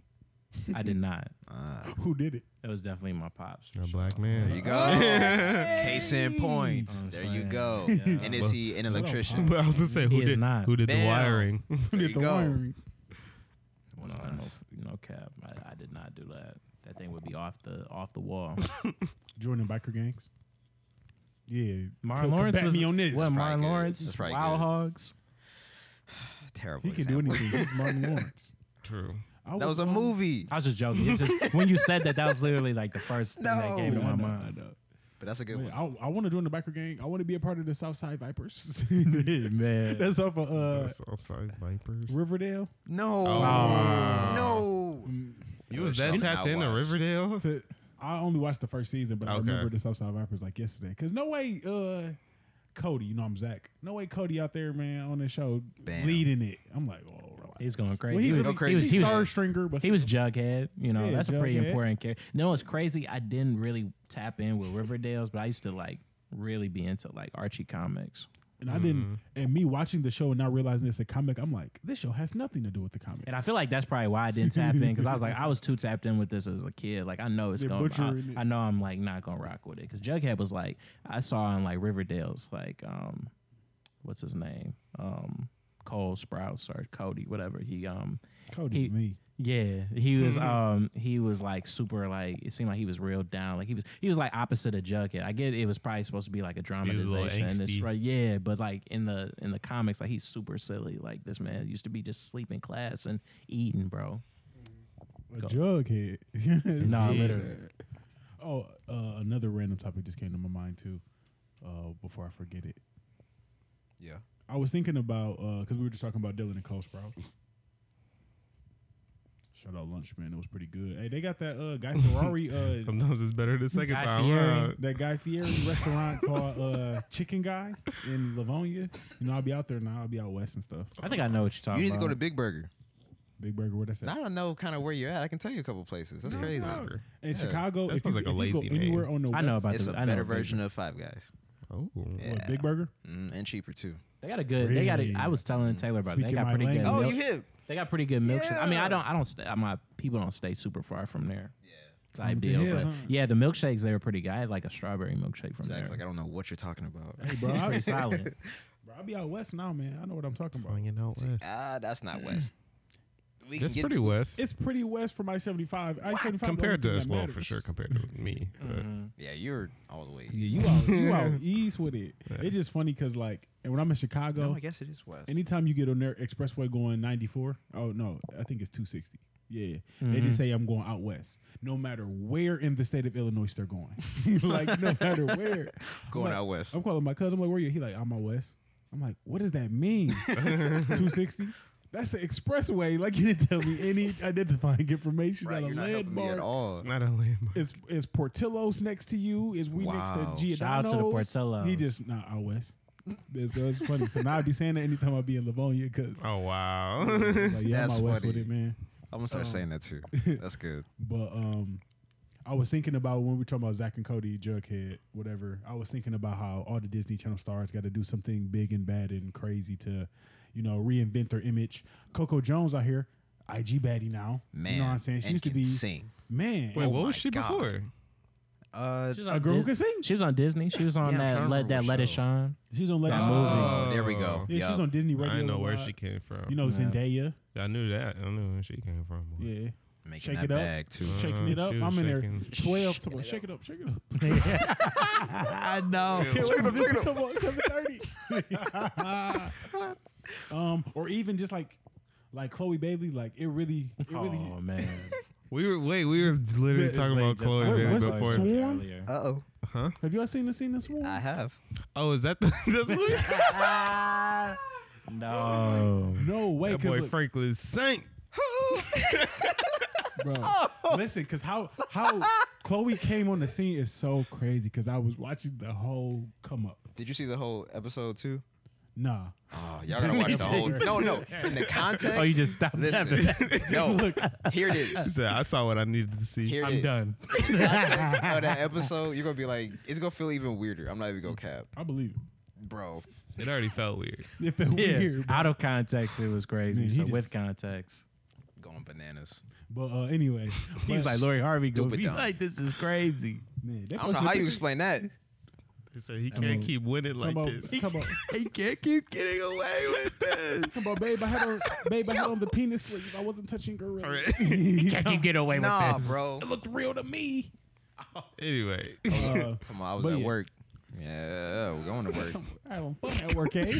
S3: I did not.
S2: Uh,
S1: Who did it?
S3: It was definitely my pops.
S4: A black
S2: there
S4: man.
S2: you go. Case in point.
S3: I'm
S2: There you
S3: saying,
S2: go.
S3: yeah.
S2: And is he
S1: Shut
S2: an
S1: up,
S2: electrician?
S4: But I was gonna say who
S3: He is
S4: did
S3: not.
S4: who did the
S2: Damn.
S4: wiring?
S2: There
S1: Who
S2: you
S1: did the
S2: go.
S1: wiring?
S2: Well,
S3: No,
S2: it's nice.
S3: no, no cap. I, I did not do that. That thing would be off the off the wall.
S1: Joining biker gangs. Yeah,
S3: Martin
S1: could
S3: Lawrence
S1: bat
S3: was
S1: me on this.
S3: What
S2: That's
S3: Martin
S2: probably good.
S3: Lawrence?
S2: That's probably
S3: Wild
S2: good.
S3: Hogs.
S2: Terrible.
S1: he can do
S2: example.
S1: anything. He's Martin Lawrence.
S4: True.
S1: I
S2: That was a
S1: um,
S2: movie,
S3: I was just joking. It's just when you said that, that was literally like the first thing that came to
S2: No.
S3: my
S1: I know,
S3: mind.
S1: I know.
S2: but that's a good
S1: Man,
S2: one.
S1: I, want to join the biker gang. I want to be a part of the Southside Vipers.
S3: Man.
S1: That's off of uh,
S4: That's outside vipers.
S1: Riverdale.
S2: No,
S4: Oh.
S2: no.
S4: You was that tapped into Riverdale?
S1: To- I only watched the first season, but I
S4: Okay.
S1: remember the Southside Vipers like yesterday. Because no way, uh, Cody, you know I'm Zach. No way, Cody out there, man, on the show
S2: Bam.
S1: leading it. I'm like, oh, relax.
S3: He's going
S1: Well, he,
S3: crazy.
S1: really,
S2: go crazy.
S1: He was,
S3: He was-
S1: third stringer, but
S3: He was Jughead, you know.
S1: Yeah,
S3: that's a pretty
S1: Jughead.
S3: important character. No, it's crazy. I didn't really tap in with Riverdale's, but I used to like really be into like Archie comics.
S1: and I didn't. And me watching the show and not realizing it's a comic, I'm like, this show has nothing to do with the comic.
S3: And I feel like that's probably why I didn't tap in because I was like, I was too tapped in with this as a kid. Like I know it's
S1: They're
S3: going.
S1: butchering it.
S3: I, I know I'm like not gonna rock with it because Jughead was like I saw on like Riverdale's like um, what's his name um Cole Sprouse or Cody whatever he um
S1: Cody,
S3: He-
S1: me.
S3: Yeah, he was
S1: Mm-hmm.
S3: um he was like super like it seemed like he was real down like he was he was like opposite of Jughead. I get it was probably supposed to be like a
S4: little
S3: dramatization and it's
S4: angsty.
S3: right yeah, but like in the in the comics like he's super silly like this man used to be just sleeping class and eating, bro.
S1: A
S3: Go.
S1: jughead.
S3: Nah,
S1: Jeez.
S3: literally.
S1: Oh, uh, another random topic just came to my mind too. Uh, before I forget it,
S2: Yeah.
S1: I was thinking about because we were just talking about Dylan and Cole Sprouse. Shout out lunch, man. It was pretty good. Hey, they got that uh, Guy Ferrari, uh,
S4: Sometimes it's better the second
S3: Guy
S4: time.
S3: Fieri.
S4: huh?
S1: that Guy Fieri restaurant called uh, Chicken Guy in Livonia. You know, I'll be out there now. I'll be out west and stuff.
S3: I think I know what
S2: You
S3: you're talking
S2: need to
S3: about.
S2: go to Big Burger.
S1: Big Burger, what I said.
S2: I don't know kind of where you're at. I can tell you a couple places. That's
S1: No,
S2: crazy.
S1: no.
S4: Burger.
S1: In
S2: Yeah.
S1: Chicago,
S4: That
S1: if you,
S4: sounds like a
S1: if you go
S4: lazy name.
S1: anywhere on the
S3: I know
S1: west-
S3: about
S2: It's
S3: the-
S2: a
S3: I know
S2: better
S3: what Big
S2: version of Five Guys
S4: Oh,
S2: Yeah.
S1: what, Big Burger.
S2: mm, and cheaper too.
S3: They got a good. They got. A, I was telling Taylor about it. they
S1: Speaking
S3: got
S1: my
S3: pretty good.
S1: language.
S2: Oh,
S3: milk-
S2: you hip?
S3: they got pretty good milkshake. I mean, I
S2: Yeah.
S3: don't. I don't. Stay, my people don't stay super far from there. Yeah. Type
S1: Come to
S3: deal,
S1: here,
S3: but
S1: huh?
S3: yeah, the milkshakes they were pretty good. I had like a strawberry milkshake from
S2: Zach's
S3: there.
S2: like, I don't know what you're talking about.
S1: Hey, bro, I,
S3: pretty solid.
S1: bro, I'll be out west now, man. I know what I'm talking about.
S4: Slinging out west.
S2: ah, that's not West. We
S4: That's pretty west.
S1: It's pretty west from I seventy five. I seventy five
S4: compared to us, well, for sure, compared to me. but-
S1: Mm-hmm.
S2: Yeah, you're all the way.
S1: Yeah, you out, you out east with it. It's just funny because like, and when I'm in Chicago,
S2: No, I guess it is West.
S1: anytime you get on their expressway going ninety four, oh no, I think it's two sixty. Yeah, they
S2: Mm-hmm.
S1: just say I'm going out west, no matter where in the state of Illinois they're going. like no matter where,
S2: Going
S1: I'm
S2: out
S1: like-
S2: west.
S1: I'm calling my cousin. I'm like, where you? He like, I'm out west. I'm like, what does that mean? Two sixty. That's the expressway. Like you didn't tell me any identifying information.
S2: Right,
S1: not a
S2: you're not helping me
S1: landmark.
S2: at all.
S4: Not a landmark.
S1: Is is Portillo's next to you? Is we
S2: Wow.
S1: next to Giordano's?
S3: Shout out to the Portillo's.
S1: He just not out west. That's, that's funny. So now I be saying that anytime I be in Livonia because
S4: Oh wow.
S1: like, yeah, I'm
S2: That's
S1: out west with
S2: funny.
S1: it, man.
S2: I'm gonna start
S1: Um,
S2: saying that too. That's good.
S1: But um, I was thinking about when we were talking about Zach and Cody, Jughead, whatever. I was thinking about how all the Disney Channel stars got to do something big and bad and crazy to, you know, reinvent their image. Coco Jones out here, IG baddie now.
S2: Man,
S1: you know what I'm saying? She
S2: and
S1: used to
S2: can
S1: be
S2: sing.
S1: man.
S4: Wait,
S2: Oh
S4: what
S2: my
S4: was she
S2: God.
S4: before?
S2: Uh,
S3: She's
S1: A girl who can sing.
S3: She was on Disney. She was
S2: Yeah,
S3: on
S2: I'm trying
S3: that
S2: to
S3: let
S2: remember
S3: that
S2: what
S3: let it
S2: show.
S3: shine.
S1: She's on Let It
S2: that
S1: Shine.
S2: movie. Oh, There we go.
S1: Yeah,
S2: Yup.
S1: she's on Disney Radio.
S4: I didn't know where
S1: Live.
S4: she came from.
S1: You know
S3: Yeah.
S1: Zendaya.
S4: I knew that. I knew where she came from.
S1: Yeah. Shake
S2: Making that
S1: It Up.
S2: bag too.
S4: Uh,
S1: Shaking it up.
S4: she was
S1: I'm in there.
S4: shaking.
S1: 12 to Shake it up. Shake it up.
S3: I know.
S1: Can't wait
S2: Shake it
S1: for
S2: up,
S1: this
S2: shake
S1: to
S2: it
S1: come on 7:30. um, or even just like like Chloe Bailey, like it really, it really.
S3: Oh man.
S4: We were wait. We were literally
S1: It's
S4: talking about
S3: Just
S4: Chloe
S1: Wait,
S4: Bailey
S1: what's-
S4: before.
S1: Swarm?
S3: earlier.
S2: Uh oh.
S4: Huh?
S1: Have y'all seen the scene this one?
S2: I have.
S4: Oh, is that the this one?
S3: No.
S1: no way,
S4: that
S1: 'cause
S4: boy
S1: look,
S4: Franklin Saint.
S1: bro. Listen, because how how Chloe came on the scene is so crazy. Because I was watching the whole come up.
S2: Did you see the whole episode too?
S1: Nah,
S2: Oh, y'all gotta watch the whole. No, no. In the context.
S3: Oh, you just stopped after
S2: Listen,
S3: that.
S2: no.
S1: look.
S2: Here it
S4: He
S2: is.
S4: said, "I saw what I needed to see."
S2: Here it
S3: I'm
S2: is.
S3: done.
S2: In the context of that episode, you're gonna be like, it's gonna feel even weirder. I'm not even gonna cap,
S1: I believe
S2: bro.
S4: It already felt weird.
S1: it. It felt
S3: Yeah.
S1: weird. bro.
S3: Out of context, it was crazy.
S1: Man, he
S3: so
S1: just-
S3: with context,
S2: Going bananas.
S1: But uh, anyway,
S3: he was
S1: but-
S3: like Lori Harvey. Go
S2: Stupid
S3: be
S2: dumb.
S3: like, this is crazy.
S1: Man, that
S2: I don't know
S1: person-
S2: how you explain that.
S4: He said he
S1: on.
S4: can't keep winning
S1: Come
S4: like
S1: on,
S4: this.
S1: come on,
S3: He can't keep getting away with this.
S1: come on, babe. I had on, babe. I had on the penis sleeve. I wasn't touching gorilla.
S3: can't keep getting away
S2: Nah,
S3: with this,
S2: bro.
S3: It looked real to me.
S4: Anyway,
S1: Uh,
S2: Come on, I was
S1: But
S2: at
S1: yeah.
S2: work. Yeah, we're going to work.
S1: I don't fuck at work, eh?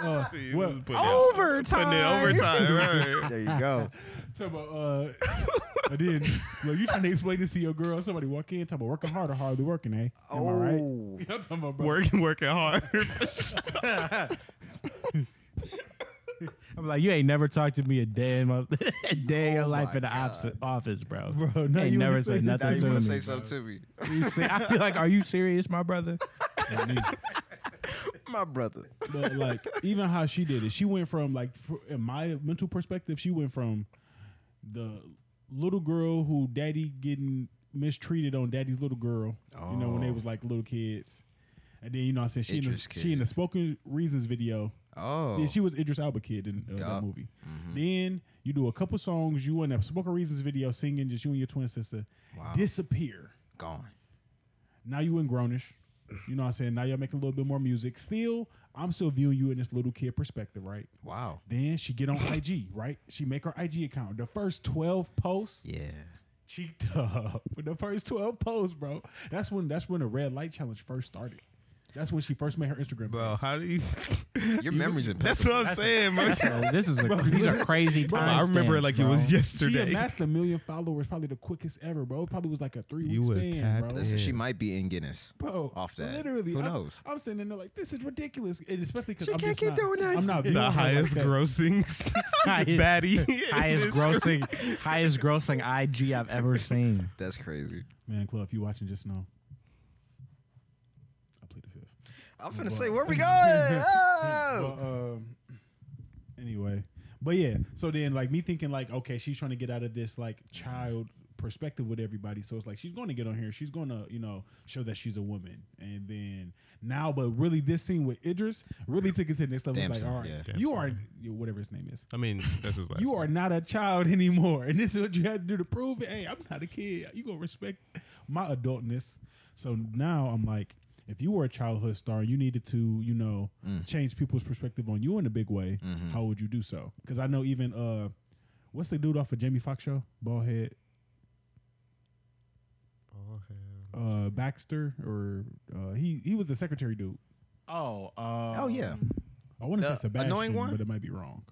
S1: uh,
S4: See,
S1: well,
S4: this is putting it- putting it
S3: Overtime.
S4: overtime, right?
S2: There you go.
S1: talking about, uh, and then look, you trying to explain this to your girl? Somebody walk in, talking about working hard or hardly working, eh? Am I right?
S2: Oh,
S1: I'm talking about, bro.
S4: Working, working hard.
S3: I'm like, you ain't never talked to me a day in my a day in your
S2: Oh
S3: life
S2: my
S3: in the
S2: God.
S3: office, office, bro.
S1: Bro, now
S3: ain't
S1: you
S3: never
S1: wanna say
S3: said
S1: this.
S3: nothing
S2: now
S1: That's
S2: you
S3: to
S2: want
S3: me.
S2: to say something to me,
S3: You see, I feel like, are you serious, my brother?
S2: my brother?
S1: But like, even how she did it, she went from like, fr- in my mental perspective, she went from the little girl who daddy getting mistreated on daddy's little girl. You know when they
S2: Oh.
S1: was like little kids, and then you know I said she in the,
S2: Idris
S1: she in the spoken reasons video.
S2: Oh,
S1: Yeah, she was Idris Elba kid in uh,
S2: Yeah.
S1: that movie.
S2: Mhm.
S1: Then you do a couple songs. You in a spoken reasons video singing, just you and your twin sister.
S2: Wow.
S1: Disappear.
S2: gone.
S1: Now you in grownish. You know what I'm saying? Now y'all making a little bit more music. Still, I'm still viewing you in this little kid perspective, right?
S2: Wow.
S1: Then she get on IG, right? She make her IG account. The first 12 posts,
S2: Yeah.
S1: cheeked up. With the first 12 posts, bro. That's when that's when the red light challenge first started. That's when she first made her Instagram.
S4: Bro,
S1: page.
S4: how do you?
S2: Your memory's
S4: That's what
S2: impeccable.
S4: I'm saying, bro.
S3: So this is a, these are crazy
S1: Bro,
S4: I
S3: times.
S4: remember it like it was
S1: She
S4: yesterday.
S1: amassed a million followers, probably the quickest ever, bro. It probably was like a three
S4: You
S1: week
S4: was
S1: span,
S4: tapped
S1: bro.
S4: in.
S2: Listen, she might be in Guinness.
S1: Bro,
S2: off that.
S1: literally,
S2: Who
S1: I'm,
S2: knows?
S1: I'm sitting there like, this is ridiculous, and especially because
S2: She
S1: I'm just
S2: can't keep
S1: not,
S2: doing this.
S1: I'm not viewing her
S4: The
S1: like
S4: highest
S1: that.
S4: grossing baddie.
S3: highest grossing, highest grossing IG I've ever seen.
S2: That's crazy.
S1: Man, Chloe, if you watching, just know. I plead the fifth.
S2: I'm finna say where we going. Oh!
S1: But, um, anyway, but yeah. So then, like me thinking, like, okay, she's trying to get out of this like child perspective with everybody. So it's like she's going to get on here. She's going to, you know, show that she's a woman. And then now, but really, this scene with Idris really took it to the next level. It's
S2: Damson,
S1: like, all right,
S2: yeah.
S1: you are whatever his name is.
S4: I mean, that's his last.
S1: You are not a child anymore, and this is what you had to do to prove it. Hey, I'm not a kid. You gonna respect my adultness? So now I'm like, if you were a childhood star, you needed to, you know,
S2: Mm.
S1: change people's perspective on you in a big way.
S2: Mm-hmm.
S1: How would you do so? Because I know even uh, what's the dude off of Jamie Foxx show, Ballhead uh, Baxter, or uh, he he was the secretary dude.
S3: Oh, uh,
S2: Oh, yeah.
S1: I want to
S2: The
S1: say Sebastian,
S2: annoying one? Uh,
S1: but it might be wrong.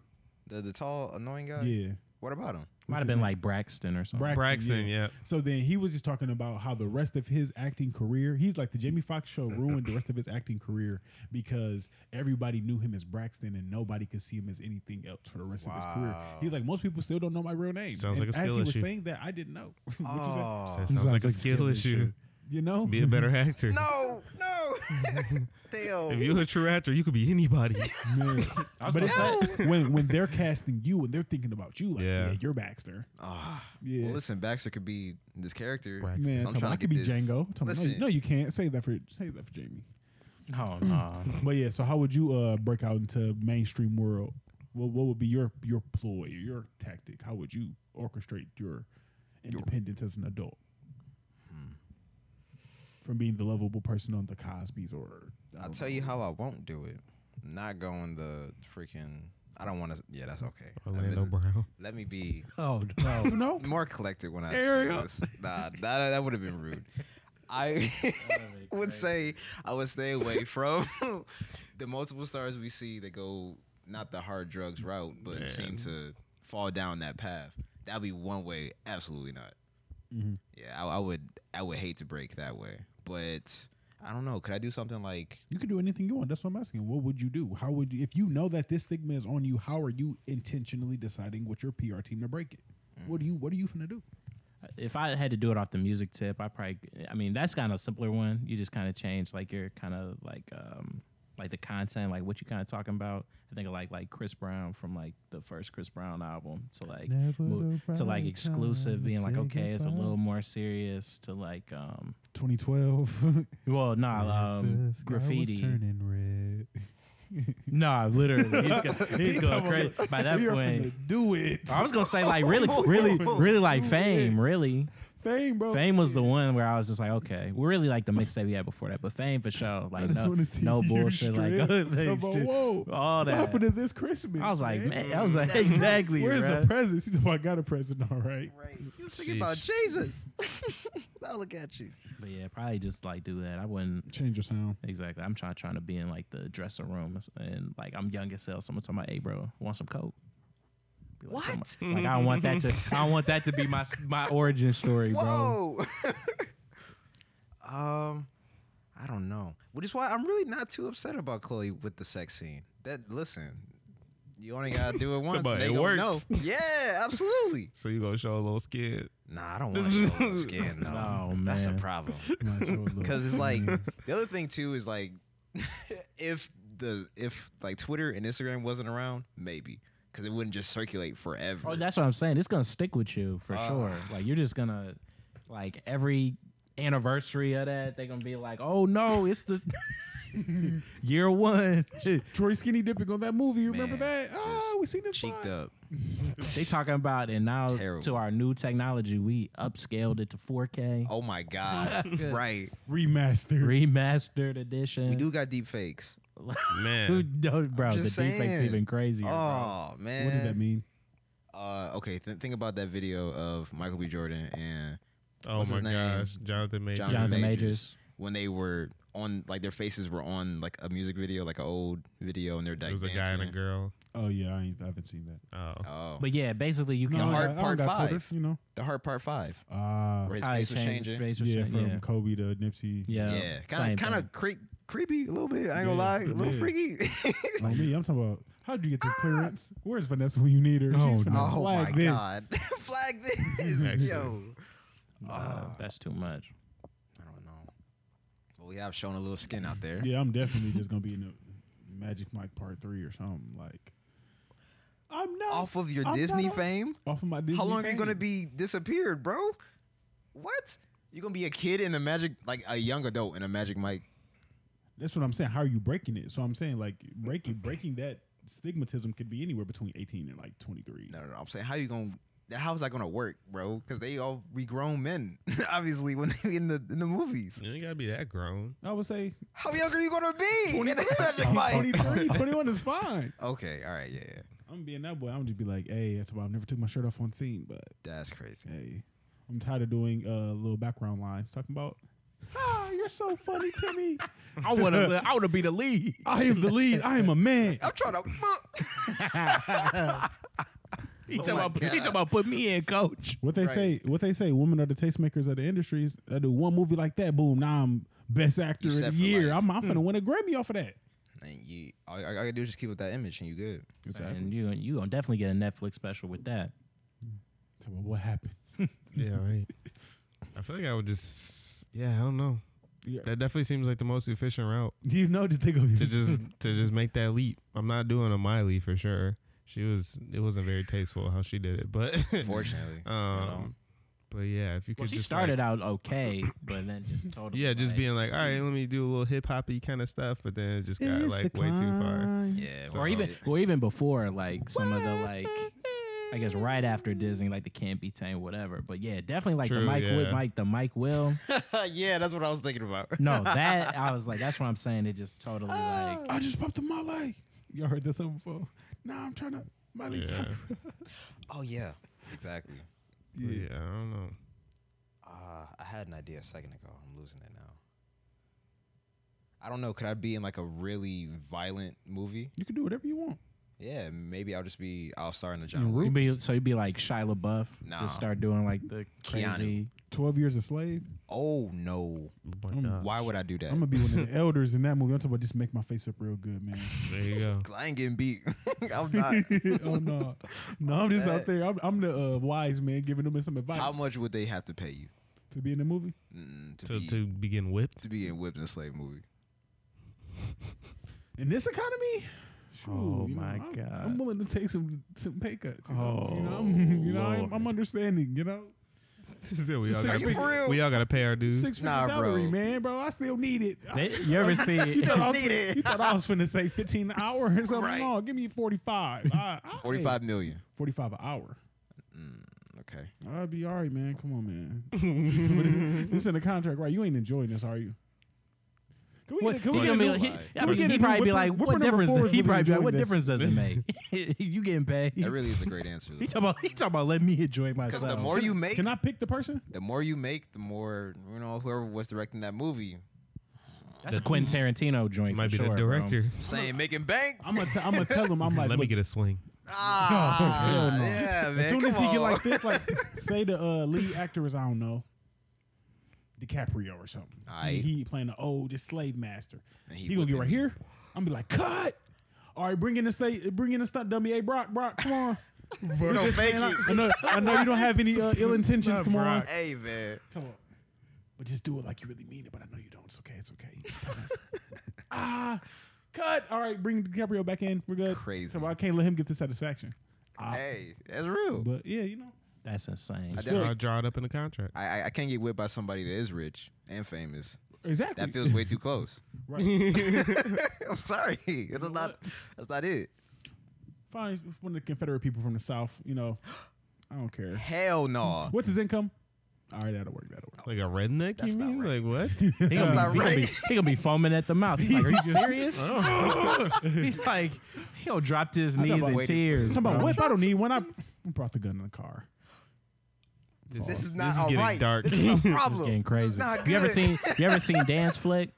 S2: The, the tall, annoying guy.
S1: Yeah,
S2: What about him?
S3: Might have been like Braxton or something.
S1: Braxton,
S4: Braxton,
S1: yeah.
S4: yeah.
S1: So then he was just talking about how the rest of his acting career, he's like the Jamie Foxx show ruined the rest of his acting career because everybody knew him as Braxton and nobody could see him as anything else for the rest of his career.
S2: Wow.
S1: He's like, most people still don't know my real name.
S4: Sounds
S1: And
S4: like a
S1: as
S4: skill
S1: he was
S4: issue.
S1: saying that, I didn't know. What you say?
S2: Oh.
S4: That sounds, like, a skill issue.
S1: You know?
S4: Be a better actor.
S2: No, no. Damn.
S4: If you're a true actor, you could be anybody.
S1: Man.
S3: I
S1: but
S3: was gonna
S1: it's
S3: say-
S1: like when when they're casting you and they're thinking about you, like yeah,
S4: Yeah.
S1: you're Baxter.
S2: Ah.
S1: Yeah.
S2: Well, listen, Baxter could be this character.
S4: Braxton.
S1: Man,
S2: So
S1: I'm talking,
S2: I'm trying
S1: I
S2: to
S1: could
S2: get
S1: be
S2: this.
S1: Django. I'm talking, no, you-
S2: Listen.
S1: no, you can't. Save that for save that for Jamie.
S3: Oh no.
S1: But yeah, so how would you uh, break out into mainstream world? What what would be your your ploy, your tactic? How would you orchestrate your independence as an adult?
S2: Hmm.
S1: from being the lovable person on the Cosby's or I
S2: I'll
S1: don't
S2: tell
S1: know.
S2: you how I won't do it. Not going the freaking. I don't want to. Yeah, that's okay. I've
S4: Orlando
S2: been-
S4: Brown.
S2: let me be
S5: Oh no.
S1: No,
S2: more collected when I
S5: Ariel.
S2: say this. Nah, that, that would have been rude. I
S3: That'd be
S2: would
S3: crazy.
S2: say I would stay away from the multiple stars we see that go not the hard drugs route, but seem to fall down that path. That'd be one way. Absolutely not.
S1: Mhm.
S2: Yeah, I, I would. I would hate to break that way, but I don't know. Could I do something like?
S1: you can do anything you want. That's what I'm asking. What would you do? How would you, if you know that this stigma is on you? How are you intentionally deciding what your PR team to break it? What do
S2: Hmm.
S1: you What are you finna do?
S3: If I had to do it off the music tip, I probably. I mean, that's kind of a simpler one. You just kind of change like your kind of like um like the content, like what you kind of talking about. I think of like like Chris Brown from like the first Chris Brown album to like
S1: Never
S3: move,
S1: the
S3: to like
S1: right time
S3: exclusive,
S1: to
S3: being like
S1: say
S3: okay, it's a
S1: goodbye.
S3: little more serious to like um
S1: 2012.
S3: well no um graffiti
S1: turning red.
S3: no literally he's, go- he's going crazy by that point.
S1: do it.
S3: I was gonna say like really, really, really like fame. Really,
S1: Fame, bro.
S3: Fame was the one where I was just like, okay, we're really like the mixtape we had before that, but Fame for sure,
S1: I
S3: like
S1: just
S3: no,
S1: wanna see
S3: no
S1: you
S3: bullshit, like
S1: strip.
S3: good things,
S1: Talking about,
S3: just
S1: whoa,
S3: all
S1: What
S3: that.
S1: happened to this Christmas?
S3: I was like, man, I was like, exactly,
S1: Where's
S3: bruh.
S1: the presents? He's like, I got a present, all right.
S2: Right. You
S4: thinking about
S2: Jesus. now look at you.
S3: But yeah, probably just like do that. I wouldn't
S1: Change your sound.
S3: exactly. I'm trying trying to be in like the dressing room and like I'm young as hell. Someone talking about, hey, bro, want some coke? Be Like, come
S2: What?
S3: on. Like I don't want that to. I don't want that to be my s- my origin story, bro.
S2: Whoa. um, I don't know. Which is why I'm really not too upset about Chloe with the sex scene. That listen, you only gotta do it once.
S4: Somebody,
S2: they
S4: it
S2: gonna
S4: worked.
S2: know. Yeah, absolutely.
S4: So you gonna show a little skid?
S2: Nah, I don't want to show my skin. No,
S3: Oh,
S2: that's a
S3: man.
S2: problem.
S1: Might as well look.
S2: Because it's like the other thing too is like if the if like Twitter and Instagram wasn't around, maybe because it wouldn't just circulate forever.
S3: Oh, that's what I'm saying. It's gonna stick with you for
S2: Ah.
S3: sure. Like you're just gonna like every anniversary of that, they're gonna be like, oh no, it's the year one.
S1: Troy Skinny dipping on that movie. You Remember
S2: Man,
S1: that?
S2: just
S1: Ah, we seen this.
S2: cheeked
S1: fly.
S2: up.
S3: they talking about and now
S2: Terrible.
S3: to our new technology, we upscaled it to 4K,
S2: Oh my god! right,
S1: Remastered.
S3: remastered edition.
S2: we do got deep fakes.
S3: Who
S4: Man,
S3: don't, bro?
S2: I'm
S3: The
S2: just
S3: deepfake's
S2: saying.
S3: even crazier. bro.
S2: Oh man!
S1: what did that mean?
S2: Uh, okay, th- think about that video of Michael B. Jordan and
S4: oh
S2: What's
S4: my
S2: his name?
S4: gosh, Jonathan Majors.
S3: Jonathan
S2: Oh, Majors.
S3: Majors.
S2: when they were on, like their faces were on like a music video, like an old video, and they're
S4: There
S2: like
S4: was a
S2: dancing.
S4: guy and a girl.
S1: Oh yeah, I, ain't, I haven't seen that.
S4: Oh,
S2: Oh,
S3: But yeah, basically you can
S2: No,
S1: I-
S2: Hard
S1: I don't
S2: Part
S1: got
S2: Five.
S1: Clippers, You know.
S2: the hard part five,
S1: Ah.
S2: where his
S3: How he
S2: face was
S3: changed his
S2: changing.
S3: face was
S1: Yeah,
S3: changing,
S1: from Kobe to Nipsey.
S3: yeah, yeah,
S2: Yeah, kind
S3: same
S2: of, kind
S3: thing.
S2: of creep, creepy a little bit. I ain't gonna
S1: Yeah,
S2: lie, a little
S1: yeah.
S2: freaky.
S1: Like me, I'm talking about. How'd you get this clearance? Where's Vanessa when you need her? Oh, She's finna
S2: Ah. oh my
S1: flag this.
S2: god, flag this,
S4: Actually.
S2: yo.
S3: Uh,
S2: Ah.
S3: that's too much.
S2: I don't know, but we have shown a little skin out there.
S1: Yeah, I'm definitely just gonna be in the Magic Mike Part Three or something. Like, I'm not
S2: Off
S1: off,
S2: of your
S1: I'm
S2: Disney
S1: not-
S2: fame,
S1: of my Disney.
S2: How long are you gonna
S1: fame.
S2: be disappeared, bro? What? You gonna be a kid in a magic, like a young adult in a Magic Mike?
S1: That's what I'm saying. How are you breaking it? So I'm saying like breaking breaking that stigmatism could be anywhere between 18 and like 23.
S2: No, no, no. I'm saying how you gonna. How is that gonna work, bro? Because they all be grown men, obviously, when they in the in the movies.
S4: you ain't gotta be that grown.
S1: I would say
S2: How young are you gonna be in a Magic Mike?
S1: 23, 21 is fine.
S2: Okay, all right, yeah, yeah.
S1: I'm being that boy. I'm just be like, hey, that's why I've never took my shirt off on scene. But
S2: That's crazy.
S1: hey, I'm tired of doing uh, little background lines talking about. Ah, you're so funny, Timmy.
S3: I want to. I want to be the lead.
S1: I am the lead. I am a man.
S2: I'm trying to.
S3: He
S2: Oh
S3: talking
S2: my
S3: about, he
S2: God.
S3: talking about put me in, coach.
S1: What they
S2: Right.
S1: say, what they say, women are the tastemakers of the industries. I do one movie like that, boom, now I'm best actor
S2: You
S1: of the
S2: set for
S1: year.
S2: life.
S1: I'm, I'm gonna win a Grammy off of that.
S2: and you, all, all I gotta do is just keep with that image, and you good.
S3: And you you gonna definitely get a Netflix special with that.
S1: Tell me what happened.
S4: Yeah, right. I feel like I would just. Yeah, I don't know.
S1: Yeah.
S4: That definitely seems like the most efficient route
S1: You know, just think of
S4: to just to just make that leap. I'm not doing a Miley for sure. She was. It wasn't very tasteful how she did it, but
S2: Fortunately,
S4: um, but yeah, if you could.
S3: Well, she
S4: just
S3: started
S4: like,
S3: out okay, but then just totally.
S4: Yeah, just
S3: like-
S4: being like, all right, let me do a little hip hoppy kind of stuff, but then it just got like way too far.
S2: yeah.
S3: or even, or even before, like some of the like, I guess right after Disney, like the Can't Be Tamed, whatever. But yeah, definitely like the
S4: True,
S3: Mike Will,
S4: yeah.
S3: Mike the Mike Will.
S2: yeah, that's what I was thinking about.
S3: No, that I was like, that's what I'm saying. It just totally like
S1: I just popped a Molly. Y'all heard that song before? Nah, I'm trying to Miley.
S4: Yeah.
S1: Cyrus.
S2: Oh yeah, exactly.
S1: Yeah.
S4: yeah, I don't know.
S2: Uh, I had an idea a second ago. I'm losing it now. I don't know. Could I be in like a really violent movie?
S1: You can do whatever you want.
S2: Yeah, maybe I'll just be. I'll star in a John.
S3: you'd
S2: Woo.
S3: be, so you'd be like Shia
S2: Oh.
S3: LaBeouf,
S2: Nah.
S3: just start doing like the
S2: Keanu.
S3: crazy.
S1: Twelve Years a Slave.
S2: Oh no!
S4: Oh my
S1: I'm-
S4: gosh.
S2: Why would I do that?
S1: I'm gonna be one of the elders in that movie. I'm talking about just make my face up real good, man.
S4: There you go.
S2: I ain't getting beat. I'm not.
S1: oh no, no, I'm just out
S2: That-
S1: there. I'm, I'm the uh, wise man giving them some advice
S2: How much would they have to pay you
S1: to be in the movie.
S2: mm, to,
S4: To
S2: be,
S4: to begin whipped.
S2: to be in whipped in a slave movie?
S1: In this economy,
S3: Oh,
S1: you know,
S3: my
S1: I'm-
S3: God.
S1: I'm willing to take some some pay cuts. You know, you know,
S3: Oh,
S1: I'm, you know I'm, I'm
S3: Lord.
S1: understanding. You know,
S4: So we all
S1: Are
S4: gotta
S1: you
S4: pay-
S2: for real?
S4: we all gotta pay our dues.
S1: six figure
S2: Nah, bro.
S1: salary, man, bro. I still need it.
S3: They, you ever see?
S1: you, thought I was,
S2: Need it.
S1: you thought I was finna say 15 an hour or something?
S2: Right.
S1: No, give me 45. I, I,
S2: 45 million.
S1: 45 an hour.
S2: Okay.
S1: I'll be all right, man. Come on, man. But it's- it's in the contract, right? You ain't enjoying this, are you? Can we,
S3: What,
S1: get, can
S3: he
S1: we
S2: gonna
S1: get,
S3: gonna
S2: be
S1: a-
S3: be,
S2: like-
S3: he, I
S1: Can we
S3: mean,
S1: get a
S3: he'd
S1: new
S3: probably be
S1: Whipper-
S3: like,
S1: Whipper
S3: "What
S1: number
S3: difference?
S1: four
S3: Does,
S1: is
S3: he
S1: really
S3: probably be like,
S1: enjoying
S3: what
S1: this.
S3: difference does it make? you getting paid?
S2: That really is a great answer.
S3: He talking about he talking about let me enjoy
S2: Because
S3: myself.
S2: the more you make,
S1: can I pick the person?
S2: the more you make, the more, you know, whoever was directing that movie.
S3: That's a Quentin Tarantino joint.
S4: Might
S3: for
S4: be
S3: sure,
S4: the
S3: bro.
S4: director.
S2: Saying making bank.
S1: I'm gonna t- I'm gonna tell him. I'm like,
S4: Let me
S1: look,
S4: get a swing.
S2: Ah,
S1: hell no.
S2: yeah, man.
S1: as soon
S2: come
S1: as he get
S2: on.
S1: like this, like say the uh, lead actor is I don't know, DiCaprio or something.
S2: Aight.
S1: He, he playing the oldest slave master.
S2: And he
S1: He, gonna get
S2: whipping
S1: right
S2: me.
S1: here. I'm gonna be like, cut. All right, bring in the state, bring in the stunt dummy. Hey, Brock, Brock, come on.
S2: We're gonna fake
S1: Man, I, I
S2: it.
S1: know, I know you don't have any uh, ill intentions.
S4: Not
S1: Come on,
S4: Brock.
S2: Hey, man.
S1: come on. But just do it like you really mean it. But I know you don't. It's okay. It's okay. You can tell us. ah, cut. All right, bring DiCaprio back in. We're good.
S2: Crazy.
S1: So I can't let him get the satisfaction. Ah,
S2: Hey, that's real.
S1: But yeah, you know.
S3: That's insane.
S2: I
S4: I'll
S2: definitely,
S4: draw it up in the contract.
S2: I, I- I can't get whipped by somebody that is rich and famous.
S1: Exactly.
S2: That feels way too close.
S1: right.
S2: I'm sorry. That's
S1: know
S2: not. That's not it.
S1: Fine. One of the Confederate people from the South. You know, I don't care.
S2: Hell no.
S1: What's his income? All right, that'll work. That'll work.
S4: Like a redneck,
S2: That's
S4: you
S2: not
S4: mean?
S2: right.
S4: Like
S3: He gonna,
S2: not
S3: be, he, gonna be,
S2: right.
S3: he gonna be foaming at the mouth. He's like, "Are you serious?"
S4: what?
S3: He's like, he'll drop to his
S2: thought
S3: knees
S2: about
S3: in
S2: waiting for-
S3: tears.
S1: Talking about
S3: bro.
S1: whip. I don't need one. I brought the gun in the car.
S2: This is not all
S4: getting
S2: right.
S4: dark.
S2: This is a
S3: It's
S2: problem.
S3: getting
S2: This is
S3: crazy.
S2: not
S3: You ever
S2: good.
S3: seen? You ever seen Dance Flick?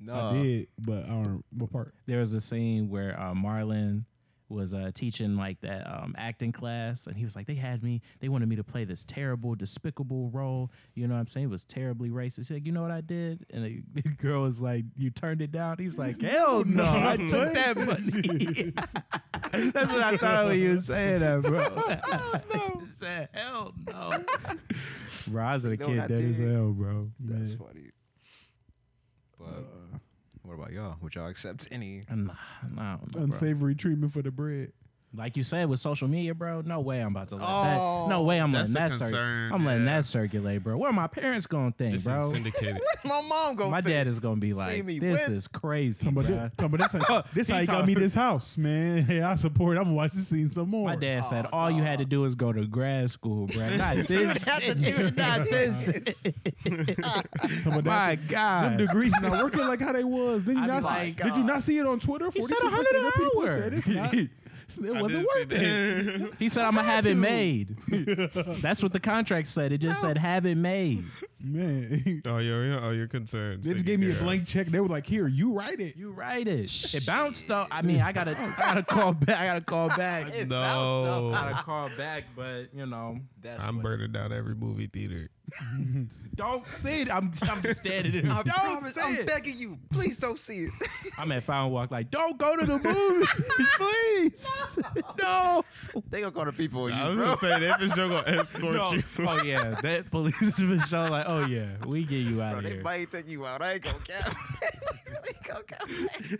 S2: No.
S3: Uh,
S1: I did, but I don't. What part?
S3: there was a scene where uh, Marlon was uh, teaching like that um, acting class, and he was like, "They had me. They wanted me to play this terrible, despicable role. You know what I'm saying? It was terribly racist." He's like, "You know what I did?" And the, the girl was like, "You turned it down." He was like, "Hell no! I took that money." That's what I thought when you were saying that, bro. He said, "Hell no!" Bro, I was a
S2: You know what I
S3: kid dead as
S2: did?
S3: hell, bro.
S2: That's
S3: Man.
S2: funny. But what about y'all? Would y'all accept any?
S3: Nah, nah, bro.
S1: Unsavory treatment for the bread.
S3: like you said with social media, bro. No way I'm about to let
S2: Oh,
S3: that. No way I'm
S4: that's
S3: letting
S4: the
S3: that.
S4: concern,
S3: I'm letting
S4: yeah.
S3: that circulate, bro. What are my parents gonna think,
S4: This
S3: bro?
S4: is syndicated.
S2: What's my mom going?
S3: My dad is gonna be like,
S2: me
S3: "This
S2: whip."
S3: is crazy,
S1: Talking
S3: bro."
S1: about thi- talking about this, how- this how he got me this house, man. Hey, I support. I'm gonna watch this scene some more.
S3: My dad
S4: Oh,
S3: said all you had to do is go to grad school, bro. Not this.
S2: Not to do
S3: shit. Not this. shit.
S1: Talking about
S3: My
S1: Them
S3: God.
S1: degrees not working like how they was. Did you
S3: I'd
S1: not
S3: be
S1: see,
S3: like,
S1: did you not see it on Twitter?
S3: He said
S1: 42% of people said
S3: 100
S1: it's
S3: an hour.
S1: not- it wasn't worth it.
S3: He said, "I'm gonna have it made." That's what the contract said. It just said, "Have it made."
S1: Man,
S4: Oh, your all your concerns.
S1: they just gave
S4: taken
S1: me a
S4: care of.
S1: blank check. They were like, "Here, you write it."
S3: You write it. It bounced though. I mean, I gotta, I gotta call back. I gotta call back.
S2: It
S4: No.
S2: bounced
S3: I gotta call back, but you know,
S2: That's
S4: I'm burning down every movie theater.
S3: don't say it. I'm, I'm just standing there.
S2: I
S3: don't
S2: promise.
S3: say
S2: I'm
S3: it.
S2: begging you. Please don't see it.
S3: I'm at Fountain Walk. Like, don't go to the movies, please. No.
S2: they gonna call the people on
S4: I was
S2: you, bro.
S4: gonna say that for sure gonna escort
S3: No.
S4: you.
S3: Oh yeah, that police is for sure. Like, oh yeah, we get you out
S2: Bro,
S3: of
S2: they
S3: here.
S2: might take you out. I ain't gonna cap. really go go.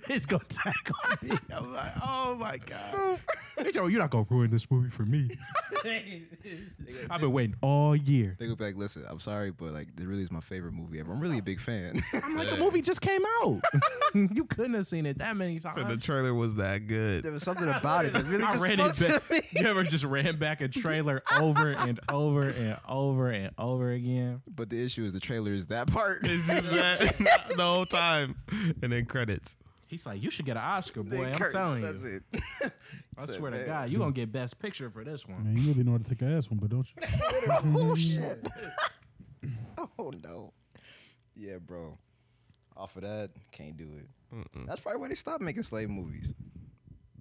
S3: it's gonna tackle me.
S4: I'm like, oh my god.
S1: Hey, Joe, you're not gonna ruin this movie for me. I've been waiting all year.
S2: They go back. Listen, I'm sorry, but like, it really is my favorite movie ever. I'm really a big fan.
S3: I'm like, the movie just came out. you couldn't have seen it that many
S4: The
S3: times.
S4: trailer was that good.
S2: there was something about it that really
S3: I
S2: just
S3: ran
S2: spoke
S3: it
S2: to
S3: back.
S2: me.
S3: You ever just ran back a trailer over and over and over and over again?
S2: But the issue is the trailer is that part.
S4: It's just that the whole time, and then credits.
S3: He's like, you should get an Oscar,
S2: They
S3: boy. I'm
S2: curtains,
S3: telling you.
S2: that's it.
S3: I
S2: Said,
S3: swear to
S2: "Man,
S3: God, you gonna get best picture for this one.
S1: Man, you really know how to take an ass one, but don't you?
S2: oh shit. oh no. Yeah, bro. Off of that, can't do it. That's probably why they stopped making slave movies.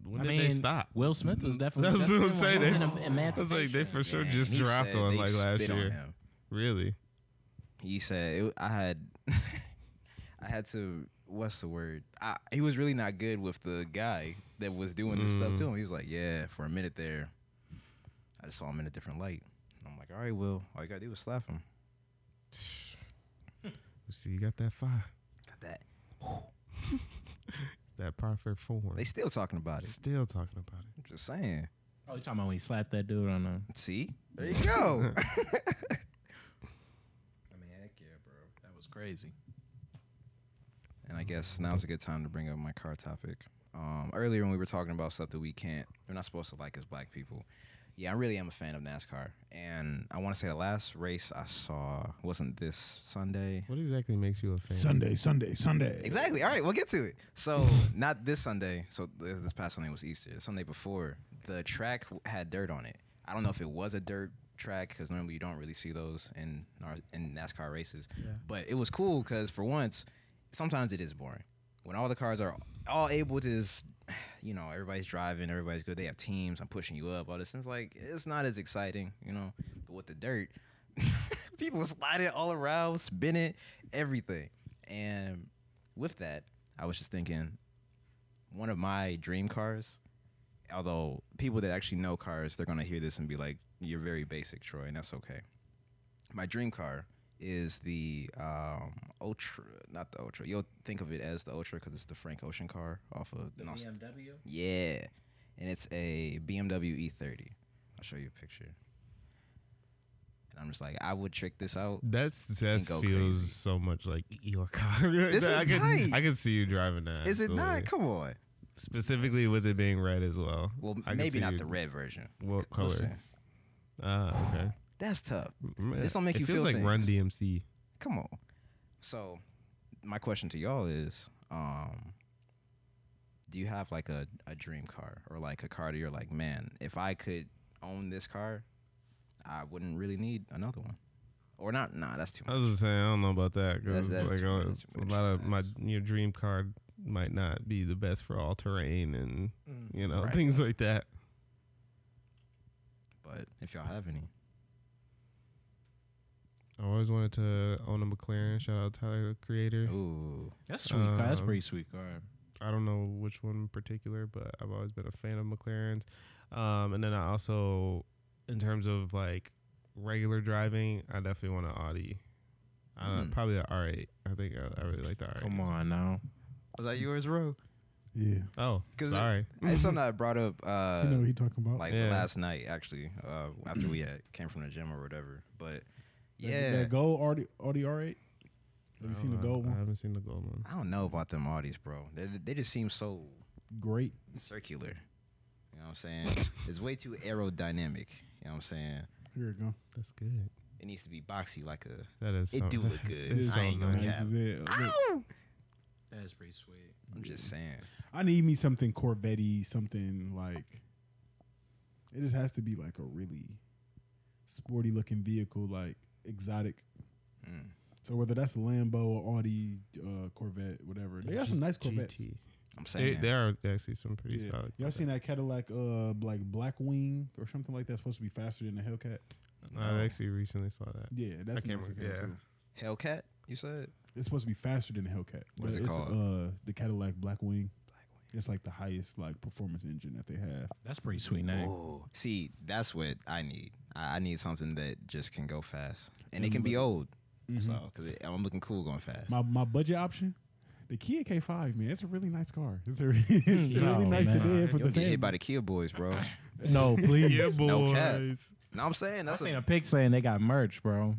S4: When
S3: I
S4: did
S3: mean,
S4: they stop?
S3: Will Smith was definitely.
S4: That's
S3: the
S4: what I'm
S3: best one.
S4: saying.
S3: He was
S4: They-
S3: in Em-
S4: I was like, they
S3: Emancipation.
S4: for sure
S2: Man,
S4: just
S2: he
S4: dropped
S2: said
S4: on
S2: they
S4: like last
S2: spit on
S4: year.
S2: him.
S4: Really?
S2: He said it, I had I had to what's the word? I, he was really not good with the guy that was doing this stuff to him. He was like, Yeah, for a minute there. I just saw him in a different light. And I'm like, all right, Will, all you gotta do is slap him.
S4: See, you got that five,
S2: Got that.
S4: that perfect four.
S2: They still talking about it.
S4: still talking about it.
S2: Just saying.
S3: Oh, you talking about when he slapped that dude on the?
S2: See? There you go.
S3: I mean, heck yeah, bro. That was crazy.
S2: And I guess now's a good time to bring up my car topic. Um, earlier when we were talking about stuff that we can't, we're not supposed to like as black people. Yeah, I really am a fan of NASCAR, and I want to say the last race I saw wasn't this Sunday.
S4: What exactly makes you a fan?
S1: Sunday, Sunday, Sunday.
S2: Exactly. All right, we'll get to it. So not this Sunday. So this, this past Sunday was Easter. The Sunday before, the track w- had dirt on it. I don't know if it was a dirt track because normally you don't really see those in NAR- in NASCAR races. But it was cool because for once, sometimes it is boring when all the cars are all able to just. You know, everybody's driving, everybody's good. They have teams. I'm pushing you up. All this, and it's like it's not as exciting, you know. But with the dirt, people sliding all around, spinning, everything. And with that, I was just thinking one of my dream cars, although people that actually know cars, they're going to hear this and be like, you're very basic, Troy, and that's okay. My dream car is the um, Ultra, not the Ultra. You'll think of it as the Ultra because it's the Frank Ocean car off of Nost-
S3: BMW.
S2: yeah, and it's a BMW E30. E I'll show you a picture. And I'm just like, I would trick this out.
S4: That's that
S2: And
S4: feels
S2: go crazy.
S4: so much like your car. this
S2: is
S4: I could,
S2: tight.
S4: I could see you driving that.
S2: Is it not?
S4: absolutely.
S2: Come on.
S4: Specifically with it being red as well.
S2: Well,
S4: I could
S2: maybe
S4: see
S2: not
S4: you-
S2: the red version.
S4: What color?
S2: Listen,
S4: Ah, okay.
S2: that's tough.
S4: Mm,
S2: This don't make
S4: it
S2: you
S4: feels
S2: feel
S4: like Run
S2: things.
S4: DMC.
S2: Come on. So, my question to y'all is, um, do you have like a, a dream car or like a car that you're like, man, if I could own this car, I wouldn't really need another one, or not? Nah, that's too
S4: I
S2: much.
S4: was just saying I don't know about that
S2: That's-
S4: because
S2: that's
S4: like
S2: too
S4: uh,
S2: much,
S4: a
S2: much,
S4: lot of my
S2: much.
S4: your dream car might not be the best for all terrain and
S3: Mm.
S4: you know
S2: Right.
S4: things like that.
S2: But if y'all have any,
S4: I always wanted to own a McLaren. Shout out Tyler the Creator.
S2: ooh,
S3: That's sweet car. That's
S4: Um,
S3: pretty sweet car.
S4: I don't know which one in particular, but I've always been a fan of McLarens. Um, and then I also, in terms of like regular driving, I definitely want an Audi. Uh,
S2: Mm.
S4: Probably an R8. I think I, I really like the R8.
S3: Come on now.
S2: was that yours, Ro?
S1: Yeah.
S4: Oh,
S2: 'Cause it-
S4: sorry.
S2: It's something I brought up. Uh,
S1: You know what he talking about?
S2: like
S4: Yeah.
S2: last night actually uh, after we had came from the gym or whatever but
S1: That-
S2: yeah
S1: That gold Audi, Audi R8. Have you
S4: I
S1: seen the
S4: don't know.
S1: gold
S4: I
S1: one?
S4: haven't seen the gold one.
S2: i don't know about them audis bro they, they just seem so
S1: Great.
S2: circular you know what i'm saying it's way too aerodynamic you know what i'm saying
S1: Here we go.
S4: That's good.
S2: it needs to be boxy like a
S4: That is.
S2: It
S4: some-
S2: do look good.
S4: That
S1: This
S4: is
S2: I ain't
S4: so
S2: gonna
S4: nice.
S2: cap.
S1: This is it. Look,
S3: That is pretty sweet.
S2: i'm just saying
S1: I need me something Corvette, something like. It just has to be like a really sporty looking vehicle, like exotic.
S2: Mm.
S1: So whether that's a Lambo or Audi, uh, Corvette, whatever, they got some nice Corvettes.
S4: GT.
S2: i'm
S4: They,
S2: saying
S4: they are actually some pretty
S1: Yeah.
S4: solid.
S1: Y'all seen that Cadillac, uh, like Blackwing or something like that? Supposed to be faster than the Hellcat.
S4: I
S2: No.
S4: actually recently saw that.
S1: Yeah, that's a
S4: can't
S1: nice
S4: remember-
S1: looking
S4: yeah.
S1: too.
S2: hellcat you said
S1: It's supposed to be faster than the Hellcat.
S2: What
S1: but
S2: is it
S1: it's,
S2: called?
S1: Uh, the Cadillac Blackwing. It's like the highest like performance engine that they have.
S3: That's pretty sweet name.
S2: oh see that's what i need I, I need something that just can go
S4: Mm-hmm.
S2: Mm-hmm. fast and it can be old So 'cause it, i'm looking cool going fast
S1: My my budget option, The Kia K5, man, it's a really nice car. It's a,
S4: Mm-hmm.
S1: it's a
S3: No,
S1: really nice
S3: man.
S1: sedan for
S2: You'll
S1: the
S2: get hit by
S1: family.
S2: the Kia boys, bro.
S1: No,
S4: Yeah,
S1: please.
S2: No
S4: boys.
S2: cap. No, I'm saying
S3: I
S2: that's
S3: seen
S2: a,
S3: a pic saying they got merch, bro.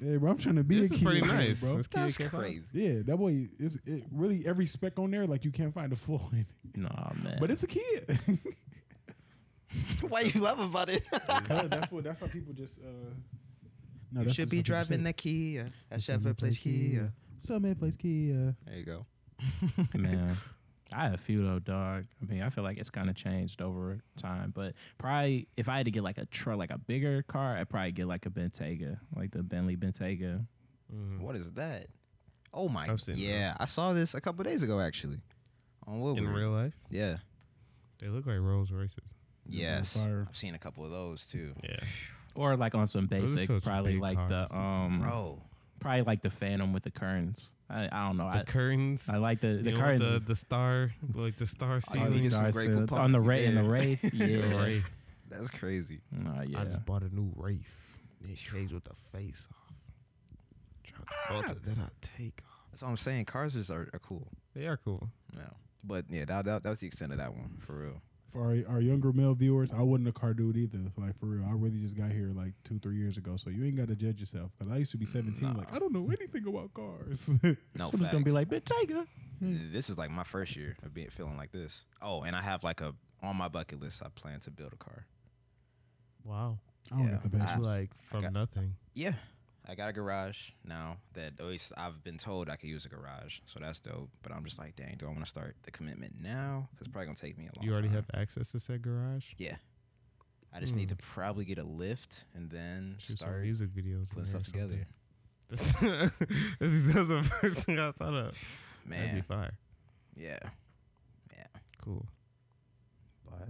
S1: Hey, bro, I'm trying to be
S4: This
S1: a
S4: is
S1: Kia,
S4: pretty
S1: dude,
S4: nice.
S1: bro.
S4: This Kia
S2: that's
S4: K5.
S2: crazy.
S1: Yeah, that way, it's it really every spec on there, like you can't find a flaw in it.
S3: No man.
S1: But it's a Kia.
S2: Why you laugh about it?
S1: that's what. That's how people just. Uh, no,
S2: you
S1: that's just
S2: should be
S1: how people
S2: driving
S1: say
S2: the
S1: it.
S2: Kia. That
S1: Some man
S2: Chevrolet plays Kia.
S1: Some man plays Kia.
S2: There you go.
S3: man. I had a few though, dog. I mean, I feel like it's kind of changed over time, but probably if I had to get like a truck, like a bigger car, I'd probably get like a Bentayga, like the Bentley Bentayga.
S4: Mm.
S2: What is that? Oh my!
S4: I've seen that.
S2: yeah, I saw this a couple days ago actually. On Woodward.
S4: In real life,
S2: Yeah.
S4: they look like Rolls Royces.
S1: Yeah,
S2: Yes.
S1: fire.
S2: I've seen a couple of those too.
S4: Yeah.
S3: or like on some
S4: Those are
S3: basic,
S4: such
S3: probably
S4: big
S3: like the um,
S2: Bro,
S3: probably like the Phantom with the curtains. I, I don't know.
S4: The
S3: I,
S4: curtains.
S3: I like the
S4: you
S3: the
S4: know,
S3: curtains.
S4: The,
S3: is-
S4: the star, like the star
S2: you
S3: all
S2: need is
S3: these
S4: ceiling.
S2: some
S3: stars,
S2: Grateful
S3: uh,
S2: Pop.
S3: on the Ray and the
S2: Yeah.
S3: Wraith.
S4: The
S3: Yeah,
S4: Wraith.
S2: that's crazy.
S3: Nah, yeah.
S4: I just bought a new Wraith. It stays with the face off. Trying to alter that I take off.
S2: That's what I'm saying. Cars just are, are cool.
S4: They are cool.
S2: No. But yeah, that, that that was the extent of that one for real.
S1: For our, our younger male viewers, I wasn't a car dude either. Like for real, I really just got here like two, three years ago. So you ain't got to judge yourself. Cause I used to be 17. Like
S2: Nah.
S1: I don't know anything about cars.
S2: No,
S3: Someone's gonna be
S2: facts.
S3: like hmm. Bentayga.
S2: this is like my first year of being feeling like this. Oh, and I have like a on my bucket list. I plan to build a car.
S4: Wow.
S1: I don't
S2: Yeah,
S1: get the best.
S2: I-
S4: like from
S2: got-
S4: nothing.
S2: Yeah, I got a garage now. That at least I've been told I could use a garage, so that's dope. But I'm just like, dang, do I want to start the commitment now? Because it's probably gonna take me a long.
S4: You already
S2: time.
S4: have access to said garage?
S2: I just need
S3: Mm.
S2: to
S4: Hmm.
S2: probably get a lift and then
S4: Shoot some
S2: start
S4: music videos. in
S2: putting stuff
S4: there or
S2: together.
S4: something. this is that's the first thing I thought of. That'd be
S2: Man,
S4: fire.
S2: yeah,
S4: Cool.
S2: but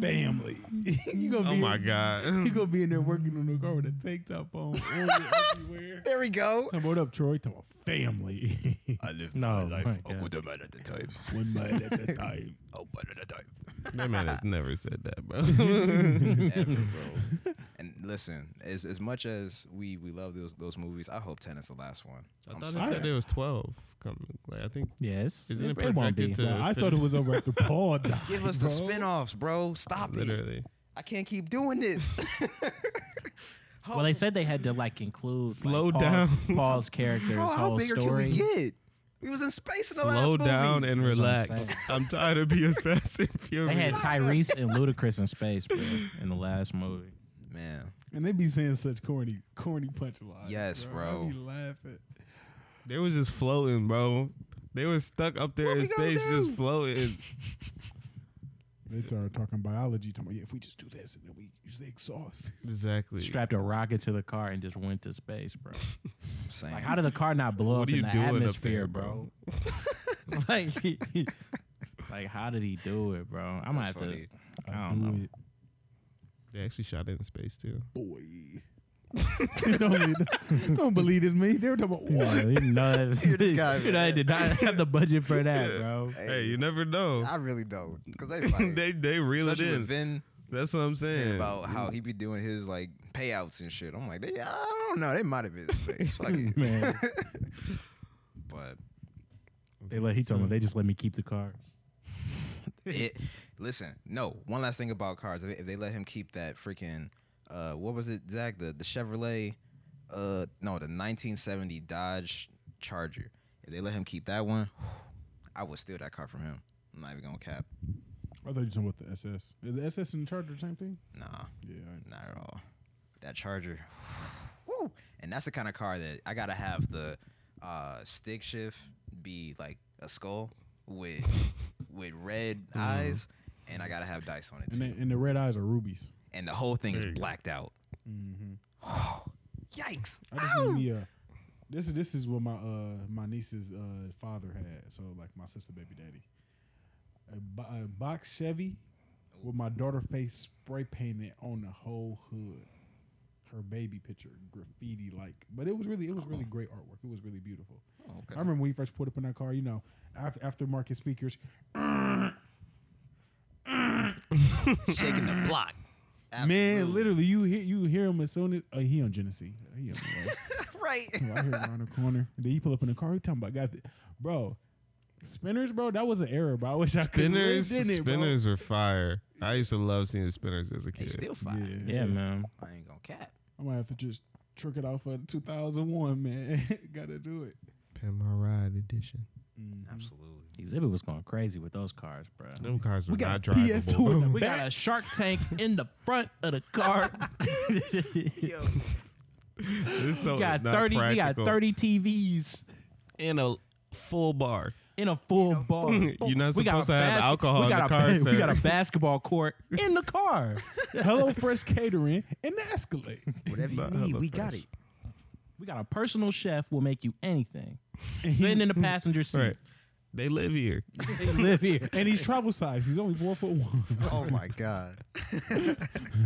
S1: Family. you gonna
S4: Oh
S1: be
S4: my
S1: You
S4: god.
S1: gonna be in there working on the car with a tank top on, oil everywhere.
S2: there we go.
S1: Come on up, Troy. Talk about family.
S2: I live
S3: No, my my God.
S2: good man at the time.
S1: One mile at a time.
S2: Oh, but at the time.
S4: that man has never said that, bro.
S2: ever, bro. And listen, as as much as we we love those those movies, I hope Tenet's the last one.
S4: I
S2: I'm
S4: thought
S2: sorry.
S4: they said it was twelve coming. Like I think
S3: Yes,
S4: Isn't it
S3: won't be.
S4: projected to-
S1: Nah, I thought it was over after Paul died.
S2: Give us the
S1: bro.
S2: spin-offs, bro. Stop it.
S4: literally.
S2: I can't keep doing this. how,
S3: Well, they said they had to like include
S4: Slow
S3: like, Paul's,
S4: down.
S3: Paul's character's
S2: how, how
S3: whole
S2: bigger
S3: story.
S2: can we get? We was in space in the last
S4: Slow
S2: movie.
S4: down and
S3: That's what I'm
S4: relax.
S3: saying.
S4: I'm tired of being fast and
S3: They
S4: furious.
S3: had Tyrese and Ludacris in space, bro, in the last movie.
S2: Man,
S1: And they be saying such corny, corny punchlines.
S2: Yes,
S1: I
S2: bro.
S1: be laughing.
S4: They was just floating, bro. They were stuck up there
S2: What
S4: in
S2: we gonna
S4: space, just
S2: do?
S4: floating.
S1: They started talking biology, talking about yeah, if we just do this and then we use the exhaust.
S4: Exactly.
S3: Strapped a rocket to the car and just went to space, bro.
S2: I'm saying.
S3: Like, how did the car not blow up
S4: What are
S3: in
S4: you
S3: the
S4: doing up
S3: atmosphere,
S4: there,
S3: bro?
S4: bro?
S3: like, like, how did he do it, bro? I'm gonna
S2: That's
S3: have to.
S2: funny.
S3: I don't know.
S1: it,
S4: They actually shot it in space too.
S1: boy. don't, believe- don't believe it's me. They were talking about
S3: Yeah,
S1: what?
S3: you know, it's-
S2: You're this guy,
S3: you know, I
S2: man.
S3: did not have the budget for that, bro.
S4: Hey, you never know.
S2: I really don't, because they fight.
S4: they they reel it
S2: Especially with
S4: in.
S2: Vin
S4: That's what I'm saying.
S2: hearing about how he be doing his like payouts and shit. I'm like, they, I don't know, they might have been, fake. Fuck it.
S3: Man.
S2: but
S3: They let he told me they just let me keep the cars.
S2: it, listen, no. One last thing about cars. If they, if they let him keep that freaking, uh, what was it, Zach? The the Chevrolet, uh, no, the 1970 Dodge Charger. If they let him keep that one, I would steal that car from him. I'm not even gonna cap.
S1: I thought you were talking about the SS. Is the SS and the Charger the same thing?
S2: Nah,
S1: Yeah. I-
S2: not at all. That Charger, woo. And that's the kind of car that I gotta have the uh, stick shift be like a skull with with red eyes, and I gotta have dice on it
S1: And,
S2: too.
S1: the, and the red eyes are rubies.
S2: and the whole thing
S4: There
S2: is
S4: you go.
S2: blacked out.
S1: Mm-hmm.
S2: Yikes!
S1: I just need me a. This is this is what my uh my niece's uh father had. So like my sister baby daddy, a, bo- a box Chevy with my daughter face spray painted on the whole hood, her baby picture graffiti like. But it was really it was really great artwork. It was really beautiful. I remember when we first pulled up in that car. You know, af- aftermarket speakers.
S2: Shaking the block. Absolutely.
S1: Man, literally, you hear you hear him as soon as uh, he on Genesee. He on
S2: right.
S1: right here around the corner. And then you pull up in the car. You talking about got the, bro? Spinners, bro. That was an error, bro. I wish I could
S4: Spinners,
S1: lived in it, bro.
S4: spinners are fire. I used to love seeing the spinners as a
S2: They
S4: kid.
S2: still fine.
S1: Yeah,
S3: Yeah, man.
S2: I ain't gonna cap.
S1: I might have to just trick it off for 2001, man. Gotta do it.
S4: Pin my ride edition.
S2: Absolutely.
S3: Exhibit was going crazy with those cars, bro.
S4: Them cars were
S1: We
S4: not
S1: got a PS2 in
S4: drivable.
S1: the
S3: We got
S1: back.
S3: a Shark Tank in the front of the car.
S4: This is so
S3: we got
S4: Oh, not
S3: thirty.
S4: practical.
S3: We got thirty TVs
S4: in a full bar.
S3: in a full bar.
S4: You're not
S3: We got
S4: supposed to
S3: a
S4: have
S3: basket-
S4: alcohol
S3: we
S4: in
S3: got
S4: the
S3: a,
S4: car,
S3: ba-
S4: sir.
S3: We got a basketball court in the car.
S1: Hello Fresh Catering and the Escalade.
S2: Whatever you
S4: Nah,
S2: need,
S4: look
S2: we got
S4: fresh.
S2: it.
S3: We got a personal chef will make you anything. Sitting in the passenger seat.
S4: Right. They live here.
S3: They live here.
S1: And he's travel size. He's only four foot one.
S2: Oh my god.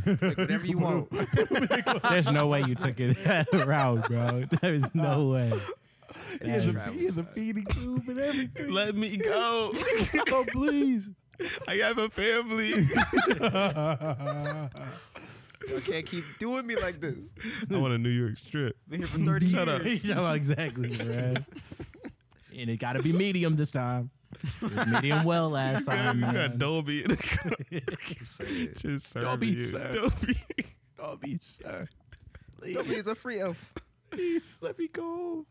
S2: whatever you want.
S3: There's no way you took it that route, bro. There's no way.
S1: he, has a,
S2: Travel
S1: he has a
S2: size.
S1: feeding tube and everything.
S4: Let me go.
S3: Oh, please.
S4: I have a family.
S2: You can't keep doing me like this.
S4: I want a New York strip.
S2: Been here for 30
S4: Shut up.
S2: years.
S3: Yeah, well, exactly, bro. and it got to be medium this time. It was medium well last
S4: You got,
S3: time.
S4: you got
S3: man.
S4: Dolby in the car.
S2: Say it.
S4: Just serving
S3: Dolby,
S4: you.
S3: sir.
S4: Dolby.
S3: Don't be, sir.
S2: Don't be- it's a free elf.
S3: Please let me go.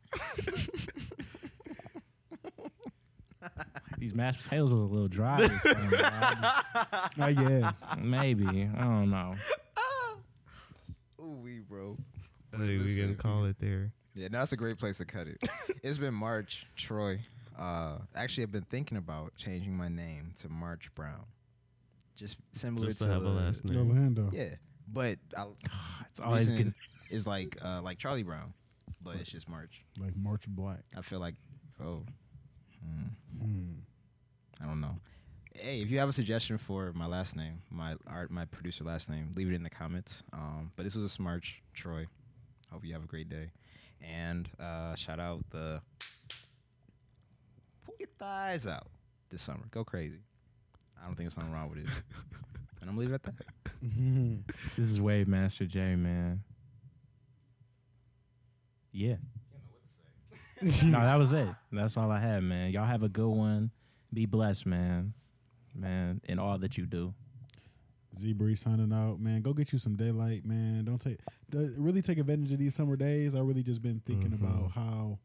S3: These mashed potatoes was a little dry. This time, bro.
S1: I guess.
S3: Maybe I don't know.
S2: Ooh wee, bro.
S4: I think we
S2: Listen.
S4: can call it there.
S2: Yeah, no, that's a great place to cut it. it's been March, Troy. Uh, actually, I've been thinking about changing my name to March Brown, just similar
S4: Just
S2: to
S4: to have a
S2: the-
S4: last name.
S1: Orlando.
S2: Yeah, but I,
S3: It's always
S2: reason
S3: good.
S2: is like uh, like Charlie Brown, but it's just March.
S1: Like March Black.
S2: I feel like oh, mm,
S1: Hmm.
S2: I don't know. Hey, if you have a suggestion for my last name, my art, my producer last name, leave it in the comments. Um, but this was a March, Troy. Hope you have a great day, and uh, shout out the pull your thighs out this summer. Go crazy. I don't think there's something wrong with it, and I'm leaving it at that.
S3: This is Wave Master J, man. Yeah. no, that was it. That's all I had, man. Y'all have a good one. Be blessed, man. Man, in all that you do.
S1: Z Bree signing out, man. Go get you some daylight, man. Don't take d- really take advantage of these summer days. I really just been thinking
S4: Mhm.
S1: about how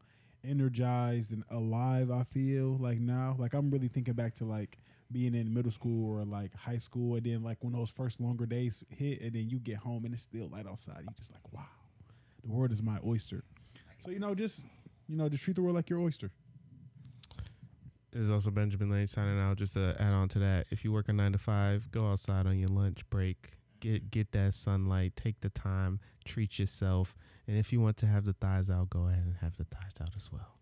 S1: energized and alive I feel like now. Like I'm really thinking back to like being in middle school or like high school, and then like when those first longer days hit, and then you get home and it's still light outside. You just like, wow, the world is my oyster. So you know, just you know, just treat the world like your oyster.
S4: This is also Benjamin Lane signing out. Just to add on to that, if you work a nine to five, go outside on your lunch break. Get get that sunlight. Take the time. Treat yourself. And if you want to have the thighs out, go ahead and have the thighs out as well.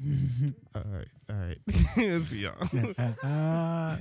S4: All right, all right. See y'all.
S3: Uh,